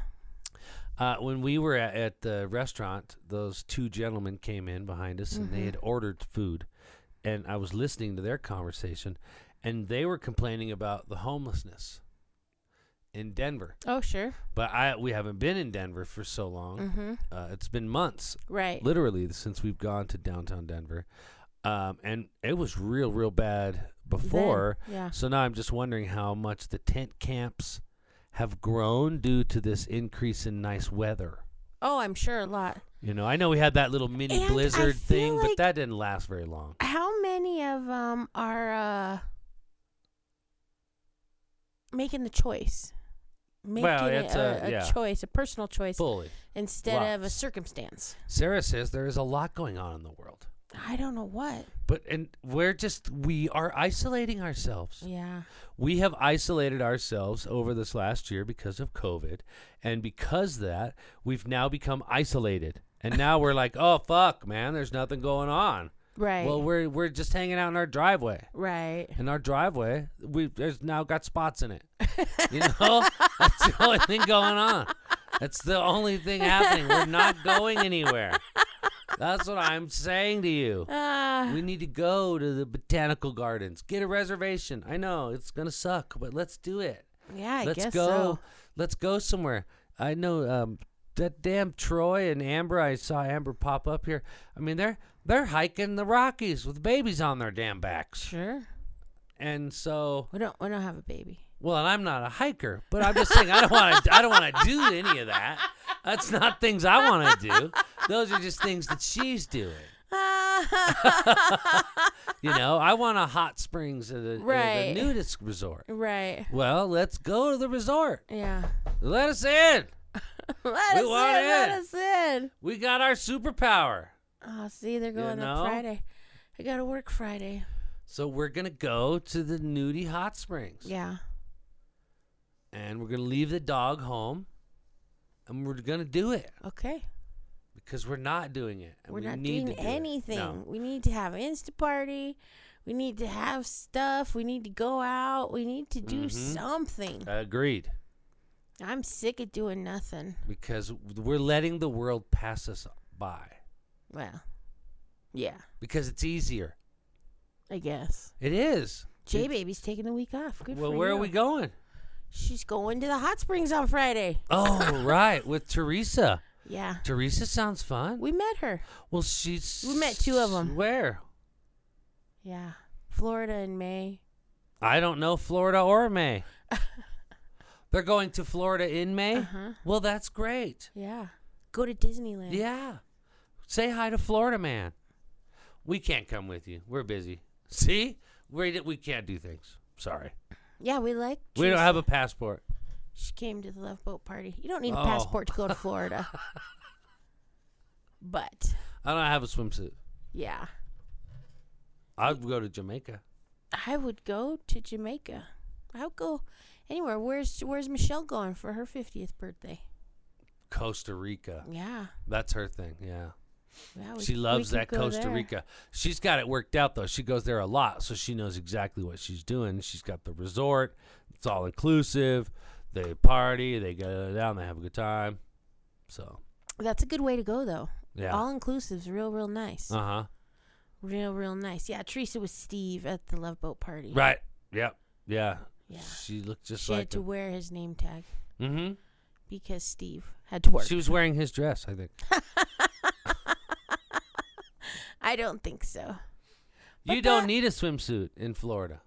Speaker 2: uh, when we were at, at the restaurant, those two gentlemen came in behind us, and they
Speaker 3: Mm-hmm.
Speaker 2: had ordered food, and I was listening to their conversation, and they were complaining about the homelessness in Denver.
Speaker 3: Oh, sure.
Speaker 2: But I we haven't been in Denver for so long.
Speaker 3: Mm-hmm.
Speaker 2: Uh, it's been months
Speaker 3: Right.
Speaker 2: literally since we've gone to downtown Denver. Um, and it was real, real bad
Speaker 3: Then,
Speaker 2: before.
Speaker 3: yeah.
Speaker 2: So now I'm just wondering how much the tent camps have grown due to this increase in nice weather.
Speaker 3: Oh, I'm sure a lot.
Speaker 2: You know, I know we had that little mini
Speaker 3: And I
Speaker 2: blizzard
Speaker 3: feel
Speaker 2: thing,
Speaker 3: like-
Speaker 2: but that didn't last very long.
Speaker 3: How many of them are uh, making the choice? Making
Speaker 2: it's
Speaker 3: a,
Speaker 2: a-
Speaker 3: a
Speaker 2: yeah.
Speaker 3: choice, a personal choice,
Speaker 2: Fully.
Speaker 3: instead of a
Speaker 2: lots.
Speaker 3: circumstance.
Speaker 2: Sarah says there is a lot going on in the world.
Speaker 3: I don't know what.
Speaker 2: But and we're just we are isolating ourselves.
Speaker 3: Yeah.
Speaker 2: we have isolated ourselves over this last year because of COVID, and because that we've now become isolated. And now we're like, oh fuck, man, there's nothing going on.
Speaker 3: Right.
Speaker 2: Well, we're we're just hanging out in our driveway.
Speaker 3: right.
Speaker 2: In our driveway, we there's now got spots in it. You know, that's the only thing going on. That's the only thing happening. We're not going anywhere. That's what I'm saying to you.
Speaker 3: Ah.
Speaker 2: We need to go to the botanical gardens. Get a reservation. I know it's gonna suck, but let's do it.
Speaker 3: yeah, I
Speaker 2: let's
Speaker 3: guess
Speaker 2: go.
Speaker 3: so.
Speaker 2: Let's go somewhere. I know um, that damn Troy and Amber. I saw Amber pop up here. I mean, they're they're hiking the Rockies with babies on their damn backs.
Speaker 3: Sure.
Speaker 2: And so,
Speaker 3: We don't. We don't have a [laughs] baby.
Speaker 2: well, and I'm not a hiker, but I'm just saying I don't want to. I don't want to do any of that. That's not things I want to do. Those are just things that she's doing. You know, I want a hot springs at a,
Speaker 3: Right.
Speaker 2: at a nudist resort.
Speaker 3: right.
Speaker 2: Well, let's go to the resort.
Speaker 3: [laughs] Yeah.
Speaker 2: Let us in.
Speaker 3: Let
Speaker 2: We want
Speaker 3: us in. Let
Speaker 2: in.
Speaker 3: us in.
Speaker 2: We got our superpower.
Speaker 3: Oh, see, they're going
Speaker 2: know?
Speaker 3: on Friday. I gotta work Friday.
Speaker 2: So we're gonna go to the nudie hot springs.
Speaker 3: Yeah.
Speaker 2: And we're gonna leave the dog home. And we're gonna do it
Speaker 3: Okay.
Speaker 2: because we're not doing it. and
Speaker 3: We're
Speaker 2: we
Speaker 3: not
Speaker 2: need
Speaker 3: doing
Speaker 2: to do it.
Speaker 3: anything.
Speaker 2: No.
Speaker 3: We need to have Insta party. We need to have stuff. We need to go out. We need to do
Speaker 2: Mhm.
Speaker 3: something.
Speaker 2: Agreed.
Speaker 3: I'm sick of doing nothing.
Speaker 2: Because we're letting the world pass us by.
Speaker 3: Well, yeah,
Speaker 2: Because it's easier.
Speaker 3: I guess.
Speaker 2: It is.
Speaker 3: J Baby's taking the week off. Good
Speaker 2: well,
Speaker 3: for
Speaker 2: where
Speaker 3: you.
Speaker 2: are we going?
Speaker 3: She's going to the hot springs on Friday.
Speaker 2: Oh, [laughs] right, with Teresa.
Speaker 3: Yeah.
Speaker 2: Teresa sounds fun.
Speaker 3: We met her.
Speaker 2: Well, she's.
Speaker 3: We met two of 'em.
Speaker 2: Where?
Speaker 3: Yeah. Florida in May.
Speaker 2: I don't know Florida or May. They're going to Florida in May?
Speaker 3: Uh-huh.
Speaker 2: Well, that's great.
Speaker 3: Yeah. Go to Disneyland.
Speaker 2: Yeah. Say hi to Florida man. We can't come with you. We're busy. See? We, we can't do things. Sorry.
Speaker 3: Yeah, we like.
Speaker 2: We don't
Speaker 3: Teresa.
Speaker 2: have a passport.
Speaker 3: She came to the Love Boat party. You don't need a
Speaker 2: Oh.
Speaker 3: passport to go
Speaker 2: [laughs]
Speaker 3: to Florida. but
Speaker 2: I don't have a swimsuit.
Speaker 3: yeah,
Speaker 2: I'll go to Jamaica.
Speaker 3: I would go to Jamaica. I would go anywhere. Where's Where's Michelle going for her fiftieth birthday?
Speaker 2: Costa Rica.
Speaker 3: Yeah,
Speaker 2: That's her thing. Yeah.
Speaker 3: yeah Oh, we-
Speaker 2: She
Speaker 3: we
Speaker 2: loves
Speaker 3: could
Speaker 2: that
Speaker 3: go
Speaker 2: Costa
Speaker 3: there.
Speaker 2: Rica. She's got it worked out though. She goes there a lot, so she knows exactly what she's doing. She's got the resort. It's all inclusive. They party. They go down. They have a good time. So
Speaker 3: That's a good way to go though.
Speaker 2: yeah.
Speaker 3: All inclusive's real, real nice.
Speaker 2: uh huh.
Speaker 3: Real, real nice. Yeah, Teresa was Steve at the Love Boat party.
Speaker 2: Right. Yep. Yeah.
Speaker 3: Yeah.
Speaker 2: She looked just
Speaker 3: she
Speaker 2: like.
Speaker 3: had to wear his name tag
Speaker 2: mm-hmm.
Speaker 3: because Steve had to work.
Speaker 2: She was wearing his dress, I think.
Speaker 3: I don't think so.
Speaker 2: you
Speaker 3: But
Speaker 2: don't
Speaker 3: that-
Speaker 2: need a swimsuit in Florida.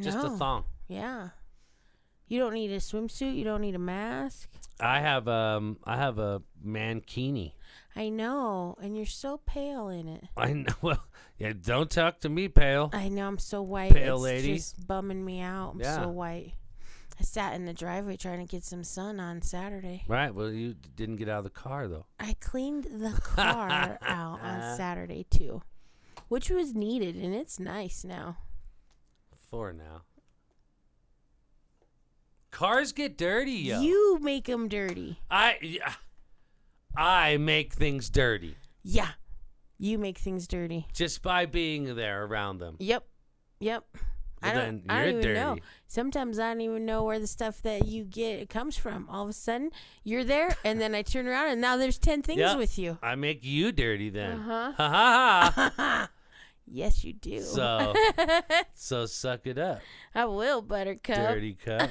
Speaker 2: Just
Speaker 3: no.
Speaker 2: a thong.
Speaker 3: Yeah. You don't need a swimsuit. You don't need a mask.
Speaker 2: I have um I have a mankini.
Speaker 3: I know. And you're so pale in it.
Speaker 2: I [laughs] know. Well, yeah. Don't talk to me, pale.
Speaker 3: I know. I'm so white.
Speaker 2: Pale
Speaker 3: it's
Speaker 2: lady.
Speaker 3: just bumming me out. I'm
Speaker 2: Yeah.
Speaker 3: so white. I sat in the driveway trying to get some sun on Saturday.
Speaker 2: Right. Well, you d- didn't [laughs] get out of the car though. Uh-huh.
Speaker 3: I cleaned the car out on Saturday, too. which was needed, and it's nice now.
Speaker 2: Four now. Cars get dirty, yo.
Speaker 3: You make them dirty.
Speaker 2: I, yeah. I make things dirty
Speaker 3: Yeah, you make things dirty.
Speaker 2: just by being there around them.
Speaker 3: Yep, yep. I
Speaker 2: Well,
Speaker 3: don't,
Speaker 2: then
Speaker 3: I don't
Speaker 2: you're
Speaker 3: even know.
Speaker 2: dirty.
Speaker 3: Sometimes I don't even know where the stuff that you get comes from. All of a sudden, you're there, and then I turn around, and now there's 10 things
Speaker 2: Yeah.
Speaker 3: with you.
Speaker 2: I make you dirty then.
Speaker 3: Uh-huh.
Speaker 2: [laughs] Ha ha ha.
Speaker 3: Yes, you do.
Speaker 2: So, so suck it up,
Speaker 3: [laughs] I will, Buttercup.
Speaker 2: dirty
Speaker 3: [laughs]
Speaker 2: cup.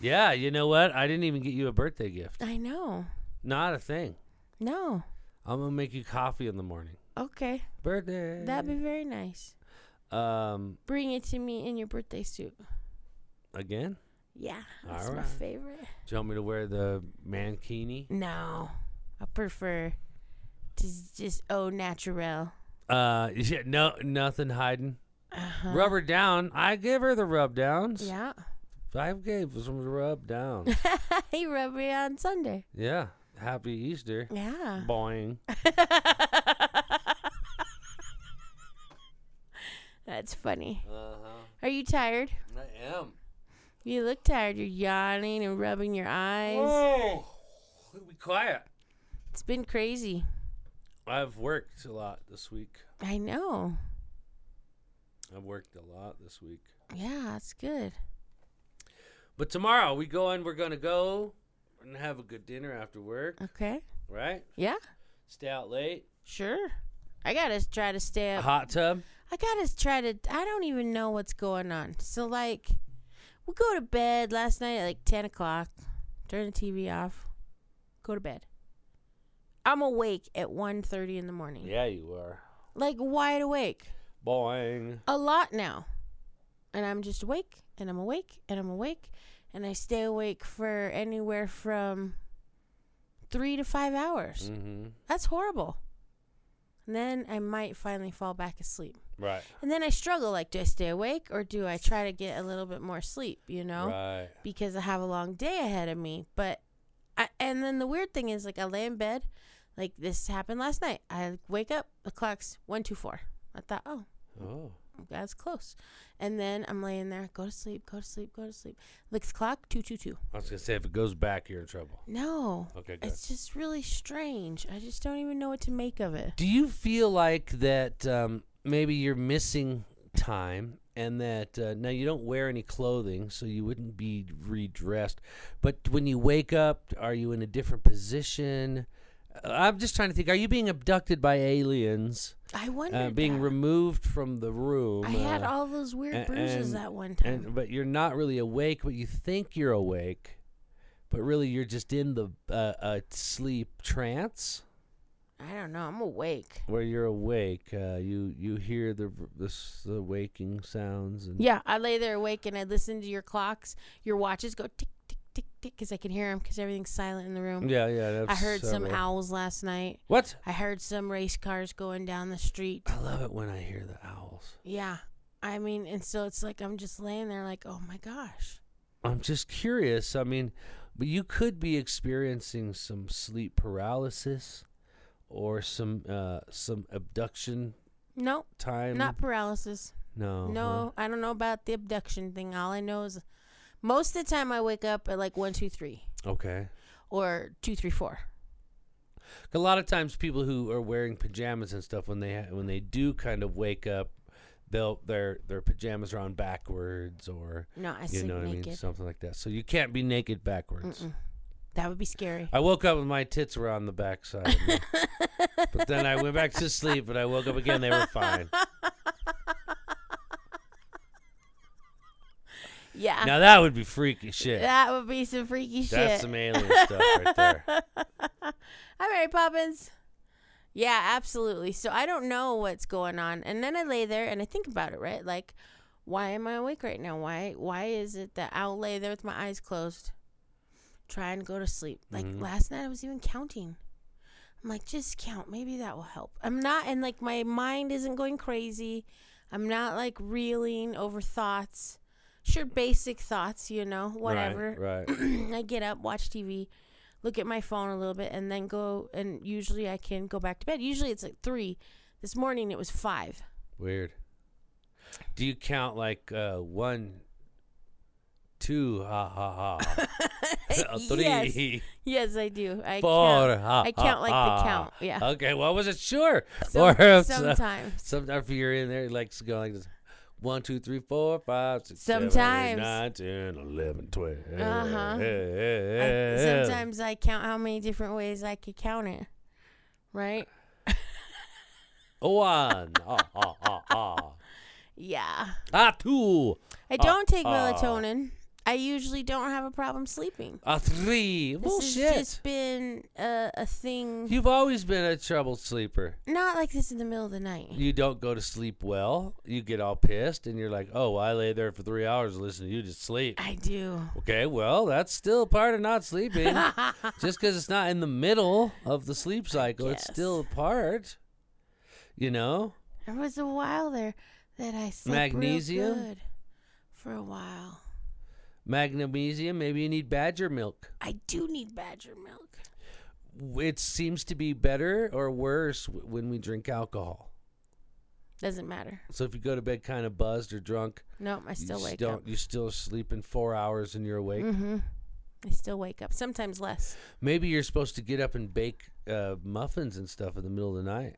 Speaker 2: yeah, you know what? I didn't even get you a birthday gift.
Speaker 3: I know.
Speaker 2: Not a thing.
Speaker 3: No.
Speaker 2: I'm gonna make you coffee in the morning.
Speaker 3: Okay.
Speaker 2: Birthday.
Speaker 3: That'd be very nice.
Speaker 2: um
Speaker 3: Bring it to me in your birthday suit.
Speaker 2: again.
Speaker 3: Yeah. That's
Speaker 2: All
Speaker 3: my
Speaker 2: right.
Speaker 3: favorite.
Speaker 2: Do you want me to wear the mankini?
Speaker 3: No. I prefer to s- just au naturel.
Speaker 2: Uh, yeah, no, nothing hiding.
Speaker 3: Uh-huh.
Speaker 2: Rub her down. I give her the rub downs.
Speaker 3: Yeah. [laughs]
Speaker 2: I gave some rub down.
Speaker 3: he rubbed me on Sunday.
Speaker 2: yeah. Happy Easter.
Speaker 3: Yeah.
Speaker 2: Boing.
Speaker 3: [laughs] [laughs] That's funny.
Speaker 2: Uh
Speaker 3: Are you tired?
Speaker 2: huh. I am.
Speaker 3: You look tired. You're yawning and rubbing your eyes.
Speaker 2: Oh, be quiet.
Speaker 3: It's been crazy.
Speaker 2: I've worked a lot this week.
Speaker 3: I know.
Speaker 2: I've worked a lot this week.
Speaker 3: Yeah, it's good.
Speaker 2: But tomorrow we go and we're gonna go and have a good dinner after work,
Speaker 3: Okay.
Speaker 2: right?
Speaker 3: Yeah.
Speaker 2: Stay out late.
Speaker 3: Sure. I gotta try to stay up.
Speaker 2: Hot tub.
Speaker 3: I gotta try to. I don't even know what's going on. So like, we go to bed last night at like ten o'clock. Turn the TV off. Go to bed. I'm awake at 1.30 in the morning.
Speaker 2: Yeah, you are.
Speaker 3: Like wide awake.
Speaker 2: Boing.
Speaker 3: a lot now. And I'm just awake and I'm awake and I'm awake and I stay awake for anywhere from three to five hours.
Speaker 2: Mm-hmm.
Speaker 3: That's horrible. And then I might finally fall back asleep.
Speaker 2: Right.
Speaker 3: And then I struggle like, do I stay awake or do I try to get a little bit more sleep, you know?
Speaker 2: Right.
Speaker 3: Because I have a long day ahead of me. But I, and then the weird thing is, like, I lay in bed, like, this happened last night. I wake up, the clock's 124. I thought, oh,
Speaker 2: Oh.
Speaker 3: that's close. And then I'm laying there, go to sleep, go to sleep, go to sleep. Look at the clock, two, two, two.
Speaker 2: I was gonna say if it goes back, you're in trouble.
Speaker 3: No,
Speaker 2: Okay, good.
Speaker 3: it's just really strange. I just don't even know what to make of it.
Speaker 2: Do you feel like that um, maybe you're missing time and that uh, now you don't wear any clothing, so you wouldn't be redressed? But when you wake up, are you in a different position? Uh, I'm just trying to think. Are you being abducted by aliens?
Speaker 3: I wonder.
Speaker 2: Uh, being removed from the room?
Speaker 3: I had
Speaker 2: uh,
Speaker 3: all those weird
Speaker 2: a-
Speaker 3: bruises
Speaker 2: and-
Speaker 3: that one time.
Speaker 2: and but you're not really awake, but you think you're awake, but really you're just in the uh, uh, sleep trance
Speaker 3: I don't know. I'm awake.
Speaker 2: where you're awake. Uh, you you hear the the, s- the waking sounds and
Speaker 3: Yeah, I lay there awake and I listen to your clocks. Your watches go tick, tick, tick, tick, because I can hear them because everything's silent in the room.
Speaker 2: yeah yeah. That's
Speaker 3: I heard some
Speaker 2: several.
Speaker 3: owls last night.
Speaker 2: What?
Speaker 3: I heard some race cars going down the street.
Speaker 2: I love it when I hear the owls.
Speaker 3: Yeah. I mean, and so it's like I'm just laying there like, oh my gosh.
Speaker 2: I'm just curious. I mean, but you could be experiencing some sleep paralysis or some uh, some abduction
Speaker 3: Nope,
Speaker 2: time.
Speaker 3: not paralysis.
Speaker 2: no huh?
Speaker 3: No, I don't know about the abduction thing. All I know is most of the time I wake up at like one, two, three
Speaker 2: Okay.
Speaker 3: or two, three, four.
Speaker 2: A lot of times, people who are wearing pajamas and stuff when they ha- when they do kind of wake up, they'll their their pajamas are on backwards or
Speaker 3: No, I
Speaker 2: you
Speaker 3: sleep
Speaker 2: know what I mean,
Speaker 3: naked.
Speaker 2: something like that. So you can't be naked backwards.
Speaker 3: Mm-mm. That would be scary.
Speaker 2: I woke up and my tits were on the backside, of me. but then I went back to sleep. But I woke up again; they were fine.
Speaker 3: [laughs] Yeah.
Speaker 2: Now that would be freaky shit.
Speaker 3: [laughs] That would be some freaky
Speaker 2: That's
Speaker 3: shit.
Speaker 2: some alien stuff right
Speaker 3: [laughs]
Speaker 2: there.
Speaker 3: Hi, Mary Poppins. Yeah, absolutely. So I don't know what's going on, and then I lay there and I think about it, right? Like, why am I awake right now? Why? Why is it that I'll lay there with my eyes closed, try and go to sleep? Like
Speaker 2: Mhm.
Speaker 3: last night, I was even counting. I'm like, just count. Maybe that will help. I'm not, and like my mind isn't going crazy. I'm not like reeling over thoughts. Sure, basic thoughts, you know, whatever. [clears throat]
Speaker 2: Right. right.
Speaker 3: I get up, watch TV, look at my phone a little bit, and then go. And usually I can go back to bed. Usually it's like three. This morning it was five. [laughs]
Speaker 2: Weird. Do you count like uh, one, two, ha ha
Speaker 3: [laughs]
Speaker 2: ha, [laughs] Uh,
Speaker 3: Yes.
Speaker 2: three,
Speaker 3: Yes, I do.
Speaker 2: [laughs]
Speaker 3: I
Speaker 2: four,
Speaker 3: count.
Speaker 2: ha
Speaker 3: I
Speaker 2: ha,
Speaker 3: count like
Speaker 2: ha.
Speaker 3: the count. Yeah.
Speaker 2: Okay, well, I wasn't sure.
Speaker 3: [laughs] Some-
Speaker 2: or if, uh, [laughs]
Speaker 3: sometimes.
Speaker 2: sometimes if you're in there, you like to go like this. One, two, three, four, five, six, seven, eight,
Speaker 3: Sometimes.
Speaker 2: nine, 10, 11, 12.
Speaker 3: Uh-huh. I- sometimes I count how many different ways I could count it. Right?
Speaker 2: One. Ah, ah, ah, ah.
Speaker 3: Yeah.
Speaker 2: Ah, two.
Speaker 3: I don't take
Speaker 2: ah.
Speaker 3: melatonin. I usually don't have a problem sleeping.
Speaker 2: Ah, three.
Speaker 3: This has
Speaker 2: Bullshit.
Speaker 3: just been a, a thing.
Speaker 2: You've always been a troubled sleeper.
Speaker 3: Not like this in the middle of the night.
Speaker 2: You don't go to sleep well. You get all pissed, and you're like, "Oh, I lay there for three hours and listen to you just sleep."
Speaker 3: I do.
Speaker 2: Okay, well, that's still part of not
Speaker 3: [laughs]
Speaker 2: sleeping. just because it's not in the middle of the sleep cycle, it's
Speaker 3: guess.
Speaker 2: still a part. You know,
Speaker 3: There was a while there that I slept
Speaker 2: Magnesium?
Speaker 3: real good for a while.
Speaker 2: magnesium. Maybe you need badger milk.
Speaker 3: I do need badger milk.
Speaker 2: It seems to be better or worse w- when we drink alcohol.
Speaker 3: Doesn't matter.
Speaker 2: So if you go to bed kind of buzzed or drunk,
Speaker 3: Nope, I
Speaker 2: you
Speaker 3: still
Speaker 2: just
Speaker 3: wake
Speaker 2: don't.
Speaker 3: up.
Speaker 2: You're still sleeping four hours and you're awake.
Speaker 3: Mm-hmm. I still wake up. Sometimes less.
Speaker 2: Maybe you're supposed to get up and bake uh, muffins and stuff in the middle of the night,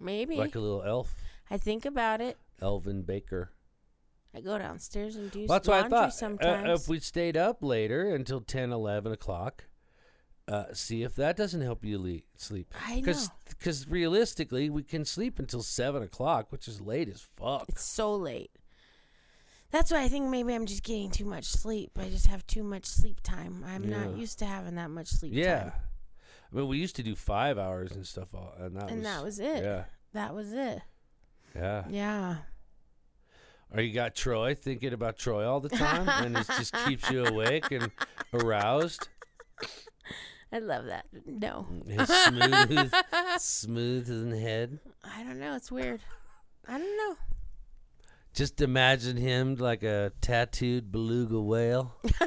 Speaker 3: Maybe.
Speaker 2: like a little elf,
Speaker 3: I think about it.
Speaker 2: elven baker.
Speaker 3: I go downstairs and do
Speaker 2: Well, that's what I
Speaker 3: laundry
Speaker 2: thought.
Speaker 3: sometimes.
Speaker 2: Uh, if we stayed up later until 10, 11 o'clock, uh, see if that doesn't help you le- sleep.
Speaker 3: I know.
Speaker 2: Because realistically, we can sleep until 7 o'clock, which is late as fuck.
Speaker 3: It's so late. That's why I think maybe I'm just getting too much sleep. I just have too much sleep time. I'm
Speaker 2: Yeah.
Speaker 3: not used to having that much sleep
Speaker 2: yeah.
Speaker 3: time.
Speaker 2: I mean, we used to do five hours and stuff, all, and that
Speaker 3: And
Speaker 2: was
Speaker 3: that was it.
Speaker 2: Yeah,
Speaker 3: That was it.
Speaker 2: yeah.
Speaker 3: Yeah.
Speaker 2: Or you got Troy thinking about Troy all the time, and it just keeps you awake and aroused.
Speaker 3: I love that. No.
Speaker 2: His smooth, smooth in head.
Speaker 3: I don't know. It's weird. I don't know.
Speaker 2: Just imagine him like a tattooed beluga whale, [laughs]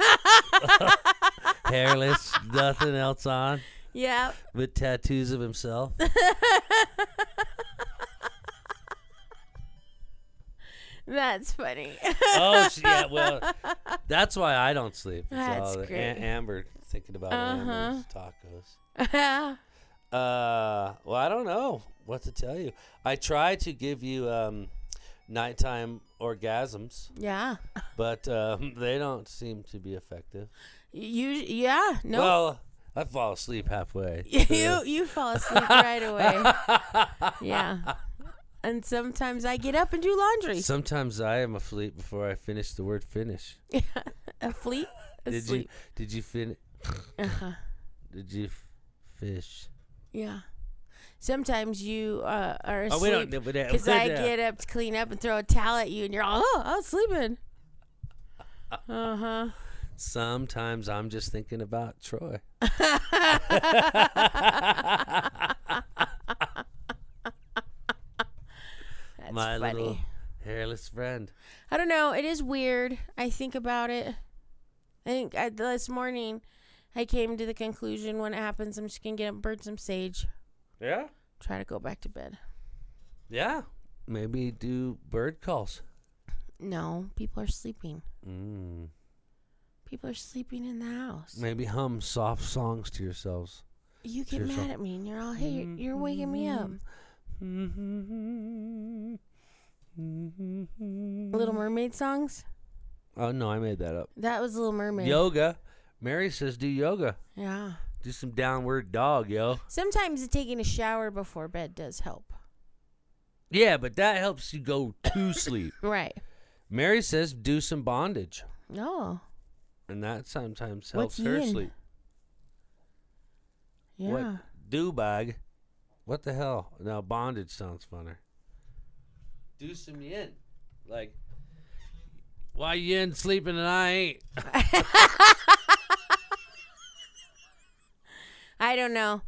Speaker 2: hairless, nothing else on,
Speaker 3: Yeah.
Speaker 2: with tattoos of himself.
Speaker 3: That's funny. [laughs]
Speaker 2: oh, she- yeah. Well, that's why I don't sleep. It's
Speaker 3: That's
Speaker 2: all the-
Speaker 3: great. Uh-huh.
Speaker 2: Am- Amber thinking about Amber's tacos.
Speaker 3: yeah.
Speaker 2: Uh, well, I don't know what to tell you. I try to give you um, nighttime orgasms,
Speaker 3: Yeah.
Speaker 2: but um, [laughs] they don't seem to be effective.
Speaker 3: You yeah, no.
Speaker 2: Well, I fall asleep halfway.
Speaker 3: [laughs] you you
Speaker 2: [laughs]
Speaker 3: fall asleep right [laughs] away. yeah. And sometimes I get up and do laundry. [laughs]
Speaker 2: Sometimes I am asleep before I finish the word finish.
Speaker 3: a fleet
Speaker 2: Did you
Speaker 3: asleep.
Speaker 2: did you fin
Speaker 3: Uh-huh.
Speaker 2: did you f- fish?
Speaker 3: Yeah. Sometimes you uh, are asleep.
Speaker 2: Oh, we don't do- we uh, don't-
Speaker 3: Because
Speaker 2: [laughs]
Speaker 3: I
Speaker 2: yeah.
Speaker 3: get up to clean up and throw a towel at you, and you're all, oh, I was sleeping. Uh huh.
Speaker 2: Sometimes I'm just thinking about
Speaker 3: [laughs]
Speaker 2: Troy. [laughs]
Speaker 3: That's
Speaker 2: My
Speaker 3: funny.
Speaker 2: little hairless friend.
Speaker 3: I don't know. It is weird. I think about it. I think I, this morning I came to the conclusion when it happens, I'm just going to get up, burn some sage,
Speaker 2: Yeah?
Speaker 3: try to go back to bed.
Speaker 2: Yeah. Maybe do bird calls.
Speaker 3: No, people are sleeping.
Speaker 2: Mm.
Speaker 3: People are sleeping in the house.
Speaker 2: Maybe hum soft songs to
Speaker 3: [laughs]
Speaker 2: yourselves.
Speaker 3: You get
Speaker 2: Sure, so-
Speaker 3: mad at me, and you're all, hey, you're- you're waking me up. Little Mermaid songs?
Speaker 2: Oh no, I made that up.
Speaker 3: That was Little Mermaid.
Speaker 2: Yoga. Mary says do yoga.
Speaker 3: Yeah.
Speaker 2: Do some downward dog, yo.
Speaker 3: Sometimes taking a shower before bed does help.
Speaker 2: Yeah, but that helps you go
Speaker 3: [coughs]
Speaker 2: to sleep.
Speaker 3: Right.
Speaker 2: Mary says do some bondage,
Speaker 3: No.
Speaker 2: and that sometimes helps
Speaker 3: What's
Speaker 2: her
Speaker 3: yin?
Speaker 2: sleep.
Speaker 3: Yeah.
Speaker 2: What do bag? What the hell? Now bondage sounds funner. Do some yin, like why yin sleeping and I ain't.
Speaker 3: I don't know.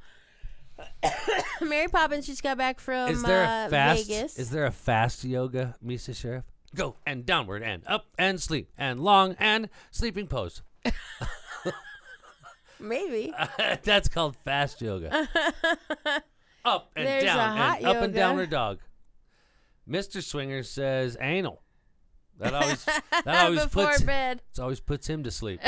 Speaker 3: [coughs] Mary Poppins just got back from
Speaker 2: Is there
Speaker 3: uh,
Speaker 2: a fast?
Speaker 3: Vegas.
Speaker 2: Is there a fast yoga, Misa Sheriff? Go and downward and up and sleep and long and sleeping pose.
Speaker 3: Maybe.
Speaker 2: [laughs] That's called fast
Speaker 3: [laughs]
Speaker 2: yoga. up and
Speaker 3: There's a
Speaker 2: down,
Speaker 3: hot
Speaker 2: and up and
Speaker 3: yoga.
Speaker 2: downward dog. Mister Swinger says anal. That always
Speaker 3: [laughs]
Speaker 2: that always
Speaker 3: Before
Speaker 2: puts
Speaker 3: bed. [laughs]
Speaker 2: it always puts him to sleep.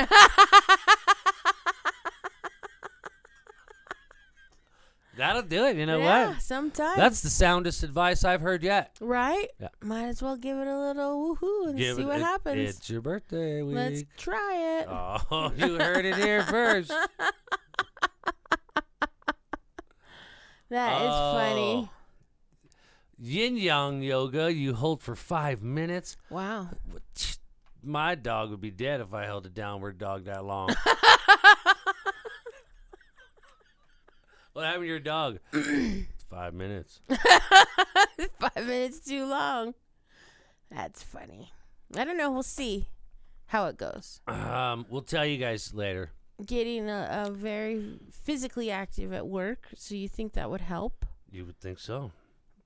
Speaker 2: That'll do it. You know
Speaker 3: yeah,
Speaker 2: what?
Speaker 3: Sometimes.
Speaker 2: That's the soundest advice I've heard yet.
Speaker 3: right.
Speaker 2: Yeah.
Speaker 3: Might as well give it a little woohoo and
Speaker 2: Give
Speaker 3: see
Speaker 2: it-
Speaker 3: what
Speaker 2: it-
Speaker 3: happens.
Speaker 2: It's your birthday week.
Speaker 3: Let's try it.
Speaker 2: Oh, you heard it
Speaker 3: [laughs]
Speaker 2: here first.
Speaker 3: That is
Speaker 2: Oh.
Speaker 3: funny.
Speaker 2: Yin yang yoga, you hold for five minutes.
Speaker 3: Wow. [laughs]
Speaker 2: My dog would be dead if I held a downward dog that
Speaker 3: [laughs]
Speaker 2: long. what happened to your
Speaker 3: [coughs]
Speaker 2: dog? five minutes.
Speaker 3: Five minutes too long. That's funny. I don't know. We'll see how it goes.
Speaker 2: Um, we'll tell you guys later.
Speaker 3: Getting a, a very physically active at work, so you think that would help?
Speaker 2: You would think so.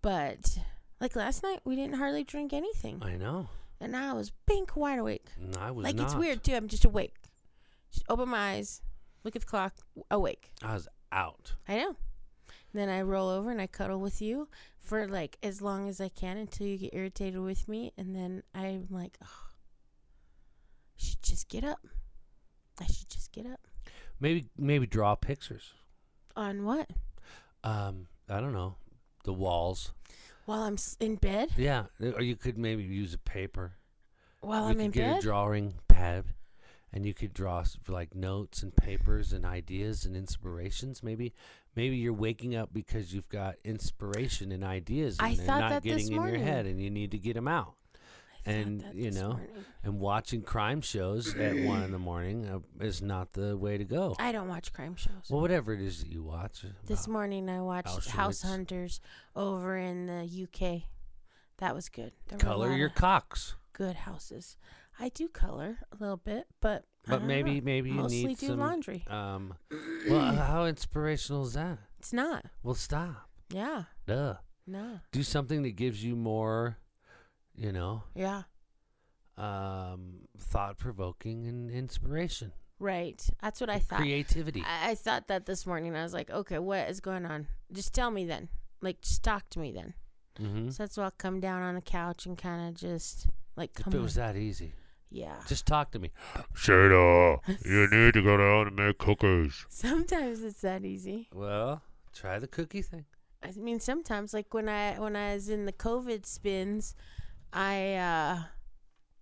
Speaker 3: But like last night, we didn't hardly drink anything,
Speaker 2: I know.
Speaker 3: and I was pink wide awake.
Speaker 2: And I was
Speaker 3: Like it's
Speaker 2: not.
Speaker 3: weird too. I'm just awake. Just open my eyes, look at the clock, awake.
Speaker 2: I was out.
Speaker 3: I know. Then I roll over and I cuddle with you for like as long as I can until you get irritated with me, and then I'm like, oh, I should just get up. I should just get up.
Speaker 2: Maybe maybe draw pictures.
Speaker 3: On what?
Speaker 2: Um, I don't know. The walls.
Speaker 3: While I'm s- in bed.
Speaker 2: Yeah. Or you could maybe use a paper.
Speaker 3: While
Speaker 2: you
Speaker 3: I'm
Speaker 2: could
Speaker 3: in
Speaker 2: get
Speaker 3: bed.
Speaker 2: a drawing pad and you could draw s- like notes and papers and ideas and inspirations maybe maybe you're waking up because you've got inspiration and ideas and
Speaker 3: I
Speaker 2: they're
Speaker 3: thought
Speaker 2: not
Speaker 3: that
Speaker 2: getting
Speaker 3: this
Speaker 2: in
Speaker 3: morning.
Speaker 2: your head and you need to get them out
Speaker 3: I thought
Speaker 2: and,
Speaker 3: that
Speaker 2: you
Speaker 3: this
Speaker 2: know,
Speaker 3: morning.
Speaker 2: and watching crime shows at
Speaker 3: [clears throat]
Speaker 2: one in the morning uh, is not the way to go
Speaker 3: I don't watch crime shows.
Speaker 2: well whatever it is that you watch uh,
Speaker 3: This
Speaker 2: about-
Speaker 3: morning I watched House
Speaker 2: Auschwitz.
Speaker 3: Hunters over in the UK. That was good. There were a
Speaker 2: color
Speaker 3: lot
Speaker 2: your
Speaker 3: of
Speaker 2: cocks
Speaker 3: good houses. I do color a little bit, but I
Speaker 2: but
Speaker 3: don't
Speaker 2: maybe
Speaker 3: know.
Speaker 2: maybe you
Speaker 3: Uh-huh. mostly
Speaker 2: need
Speaker 3: do
Speaker 2: some
Speaker 3: laundry.
Speaker 2: um well how inspirational is that
Speaker 3: It's not.
Speaker 2: well stop
Speaker 3: Yeah.
Speaker 2: duh
Speaker 3: No.
Speaker 2: do something that gives you more, you know,
Speaker 3: Yeah.
Speaker 2: um, thought provoking and inspiration,
Speaker 3: Right. That's what I thought.
Speaker 2: creativity.
Speaker 3: I, I thought that this morning. I was like, okay, what is going on? Just tell me then. Like, just talk to me then.
Speaker 2: hmm
Speaker 3: So that's why I'll come down on the couch and kind of just like
Speaker 2: If
Speaker 3: come.
Speaker 2: it
Speaker 3: on.
Speaker 2: was that easy,
Speaker 3: yeah. [laughs]
Speaker 2: just talk to me.
Speaker 4: Shada, you need to go down and make cookies.
Speaker 3: Sometimes it's that easy.
Speaker 2: Well, try the cookie thing.
Speaker 3: I mean, sometimes, like when I when I was in the COVID spins, I uh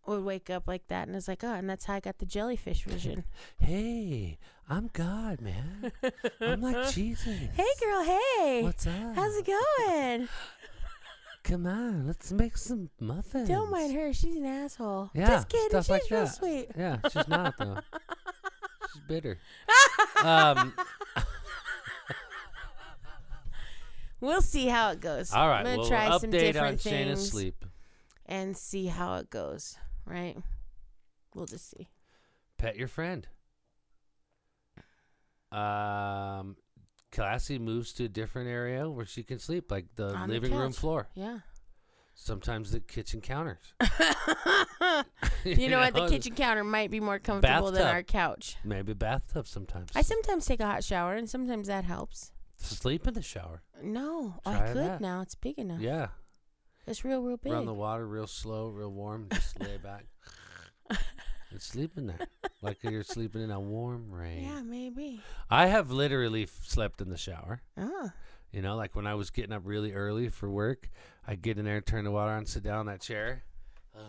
Speaker 3: would wake up like that, and it's like, oh, and that's how I got the jellyfish vision.
Speaker 2: Hey, I'm God, man. I'm like Jesus.
Speaker 3: [laughs] hey, girl, hey,
Speaker 2: What's up?
Speaker 3: how's it going?
Speaker 2: Come on, let's make some muffins.
Speaker 3: Don't mind her; she's an asshole.
Speaker 2: Yeah,
Speaker 3: Just kidding,
Speaker 2: stuff
Speaker 3: she's
Speaker 2: like
Speaker 3: real
Speaker 2: that.
Speaker 3: sweet.
Speaker 2: Yeah, she's not though.
Speaker 3: [laughs]
Speaker 2: she's bitter. um,
Speaker 3: We'll see how it goes.
Speaker 2: all right,
Speaker 3: I'm gonna
Speaker 2: well,
Speaker 3: try
Speaker 2: we'll
Speaker 3: some
Speaker 2: update
Speaker 3: different
Speaker 2: on Shayna's
Speaker 3: things
Speaker 2: sleep.
Speaker 3: and see how it goes. Right? We'll just see.
Speaker 2: pet your friend. Um, Classy moves to a different area where she can sleep, like the
Speaker 3: On the
Speaker 2: living room
Speaker 3: couch.
Speaker 2: floor,
Speaker 3: Yeah.
Speaker 2: sometimes the kitchen counters.
Speaker 3: [laughs] you,
Speaker 2: [laughs]
Speaker 3: know, what? The kitchen counter might be more comfortable than
Speaker 2: Bathtub.
Speaker 3: our couch.
Speaker 2: maybe bathtub sometimes.
Speaker 3: I sometimes take a hot shower, and sometimes that helps.
Speaker 2: sleep in the shower.
Speaker 3: No, I
Speaker 2: Try
Speaker 3: could
Speaker 2: that.
Speaker 3: now. It's big enough.
Speaker 2: Yeah,
Speaker 3: It's real, real big.
Speaker 2: run the water real slow, real warm. Just lay
Speaker 3: [laughs]
Speaker 2: back and sleep in there, like you're sleeping in a warm rain.
Speaker 3: yeah, maybe.
Speaker 2: I have literally f- slept in the shower.
Speaker 3: Oh,
Speaker 2: You know, like when I was getting up really early for work, I'd get in there, turn the water on, sit down in that chair, uh,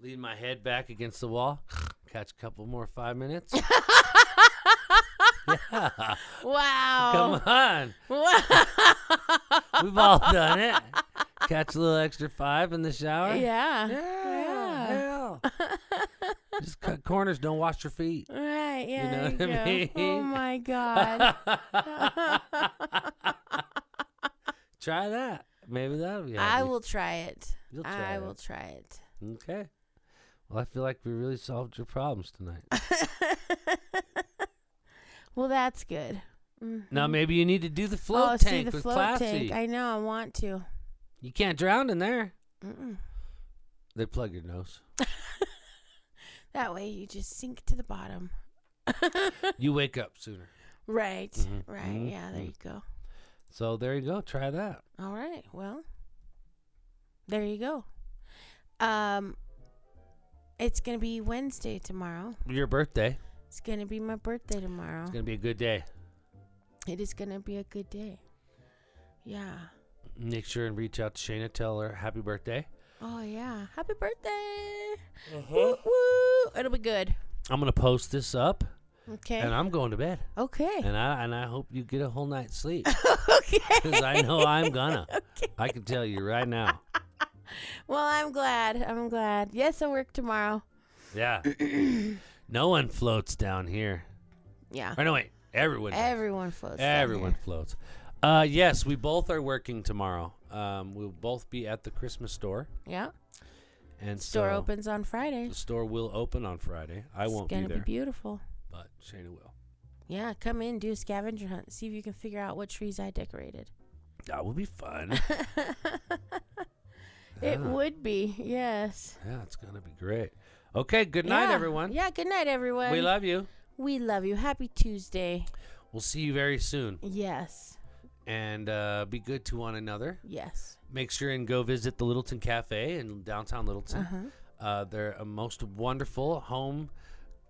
Speaker 2: lean my head back against the wall, [sighs] catch a couple more five
Speaker 3: [laughs]
Speaker 2: minutes. [laughs] yeah.
Speaker 3: wow.
Speaker 2: Come on.
Speaker 3: Wow.
Speaker 2: We've all done it. Catch a little extra five in the shower.
Speaker 3: [laughs] yeah. Yeah.
Speaker 2: Yeah.
Speaker 3: [laughs]
Speaker 2: yeah. Just cut corners. Don't wash your feet.
Speaker 3: Right. Yeah.
Speaker 2: know
Speaker 3: there
Speaker 2: what I
Speaker 3: you go. Oh,
Speaker 2: mean? [laughs]
Speaker 3: my God.
Speaker 2: Try that. Maybe that'll be
Speaker 3: I
Speaker 2: helpful.
Speaker 3: will try it.
Speaker 2: You'll try
Speaker 3: I
Speaker 2: it.
Speaker 3: will try it.
Speaker 2: Okay. Well, I feel like we really solved your problems tonight.
Speaker 3: [laughs] well, that's good.
Speaker 2: now, maybe you need to do the float
Speaker 3: oh,
Speaker 2: tank
Speaker 3: see the
Speaker 2: with
Speaker 3: float
Speaker 2: Classy.
Speaker 3: tank. I know. I want to.
Speaker 2: you can't drown in there.
Speaker 3: Mm-mm.
Speaker 2: They plug your nose.
Speaker 3: That way, you just sink to the bottom. [laughs]
Speaker 2: you wake up sooner.
Speaker 3: Right.
Speaker 2: Mhm.
Speaker 3: Right.
Speaker 2: Mhm.
Speaker 3: Yeah, there you go.
Speaker 2: So there you go. Try that.
Speaker 3: All right. Well, there you go. Um, it's gonna be Wednesday tomorrow.
Speaker 2: Your birthday.
Speaker 3: It's gonna be my birthday tomorrow.
Speaker 2: It's gonna be a good day.
Speaker 3: It is gonna be a good day. Yeah.
Speaker 2: Make sure and reach out to Shayna. Tell her happy birthday.
Speaker 3: Oh yeah. Happy birthday.
Speaker 2: Mm-hmm.
Speaker 3: Woo woo. It'll be good.
Speaker 2: I'm gonna post this up,
Speaker 3: Okay.
Speaker 2: and I'm going to bed.
Speaker 3: okay.
Speaker 2: And I and I hope you get a whole night's sleep because
Speaker 3: [laughs] okay.
Speaker 2: I know I'm
Speaker 3: [laughs]
Speaker 2: gonna. I can tell you right now.
Speaker 3: Well, I'm glad. I'm glad. Yes, I work tomorrow.
Speaker 2: Yeah. [clears throat] no one floats down here.
Speaker 3: Yeah.
Speaker 2: Or no, wait. Everyone. does.
Speaker 3: Everyone floats. down here.
Speaker 2: Everyone floats. Uh, yes, we both are working tomorrow. Um, we'll both be at the Christmas store,
Speaker 3: Yeah.
Speaker 2: and
Speaker 3: Store
Speaker 2: so
Speaker 3: opens on Friday.
Speaker 2: The store will open on Friday. I won't
Speaker 3: it's
Speaker 2: be
Speaker 3: gonna
Speaker 2: there,
Speaker 3: be beautiful.
Speaker 2: but Shayna will.
Speaker 3: Yeah, come in, do a scavenger hunt, see if you can figure out what trees
Speaker 2: [laughs]
Speaker 3: I decorated.
Speaker 2: That would be fun. [laughs]
Speaker 3: [laughs] It
Speaker 2: Yeah.
Speaker 3: would be, yes.
Speaker 2: Yeah, it's gonna be great. Okay, good night,
Speaker 3: Yeah.
Speaker 2: everyone.
Speaker 3: Yeah, good night, everyone.
Speaker 2: We love you.
Speaker 3: we love you. Happy Tuesday.
Speaker 2: We'll see you very soon,
Speaker 3: Yes,
Speaker 2: and uh, be good to one another.
Speaker 3: yes.
Speaker 2: Make sure and go visit the Littleton Cafe in downtown Littleton.
Speaker 3: Uh-huh.
Speaker 2: Uh, they're a most wonderful home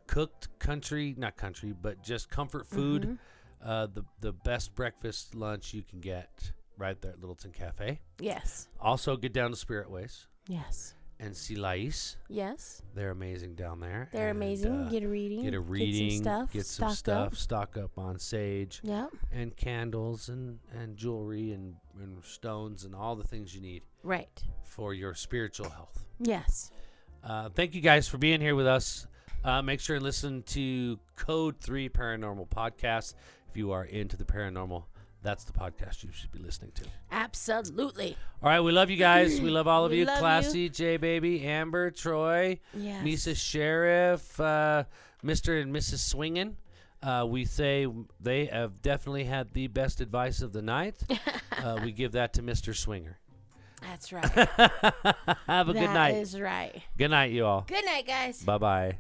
Speaker 2: cooked country, not country, but just comfort food.
Speaker 3: Mm-hmm.
Speaker 2: Uh, the the best breakfast lunch you can get right there at Littleton Cafe.
Speaker 3: Yes,
Speaker 2: Also, get down to Spirit Ways
Speaker 3: yes,
Speaker 2: and see Lais.
Speaker 3: yes.
Speaker 2: They're amazing down there.
Speaker 3: They're
Speaker 2: And,
Speaker 3: amazing.
Speaker 2: uh,
Speaker 3: get a reading.
Speaker 2: get a reading.
Speaker 3: Get some stuff.
Speaker 2: Get some
Speaker 3: stock up.
Speaker 2: stuff. Stock up on sage
Speaker 3: Yep.
Speaker 2: and candles and and jewelry and and stones and all the things you need
Speaker 3: Right.
Speaker 2: for your spiritual health.
Speaker 3: Yes.
Speaker 2: Uh, thank you guys for being here with us. Uh, make sure and listen to Code 3 Paranormal Podcast. If you are into the paranormal, that's the podcast you should be listening to.
Speaker 3: Absolutely.
Speaker 2: All right, we love you guys. We love all of
Speaker 3: We
Speaker 2: you.
Speaker 3: love you.
Speaker 2: Classy, J Baby, Amber, Troy,
Speaker 3: Yes.
Speaker 2: Misa Sheriff, uh, Mr. and Mrs. Swingin. Uh, we say they have definitely had the best advice of the
Speaker 3: [laughs]
Speaker 2: night. uh, we give that to Mr. Swinger. [laughs]
Speaker 3: That's right.
Speaker 2: have a good
Speaker 3: That
Speaker 2: night.
Speaker 3: is right.
Speaker 2: good night, you all.
Speaker 3: Good night, guys.
Speaker 2: Bye bye.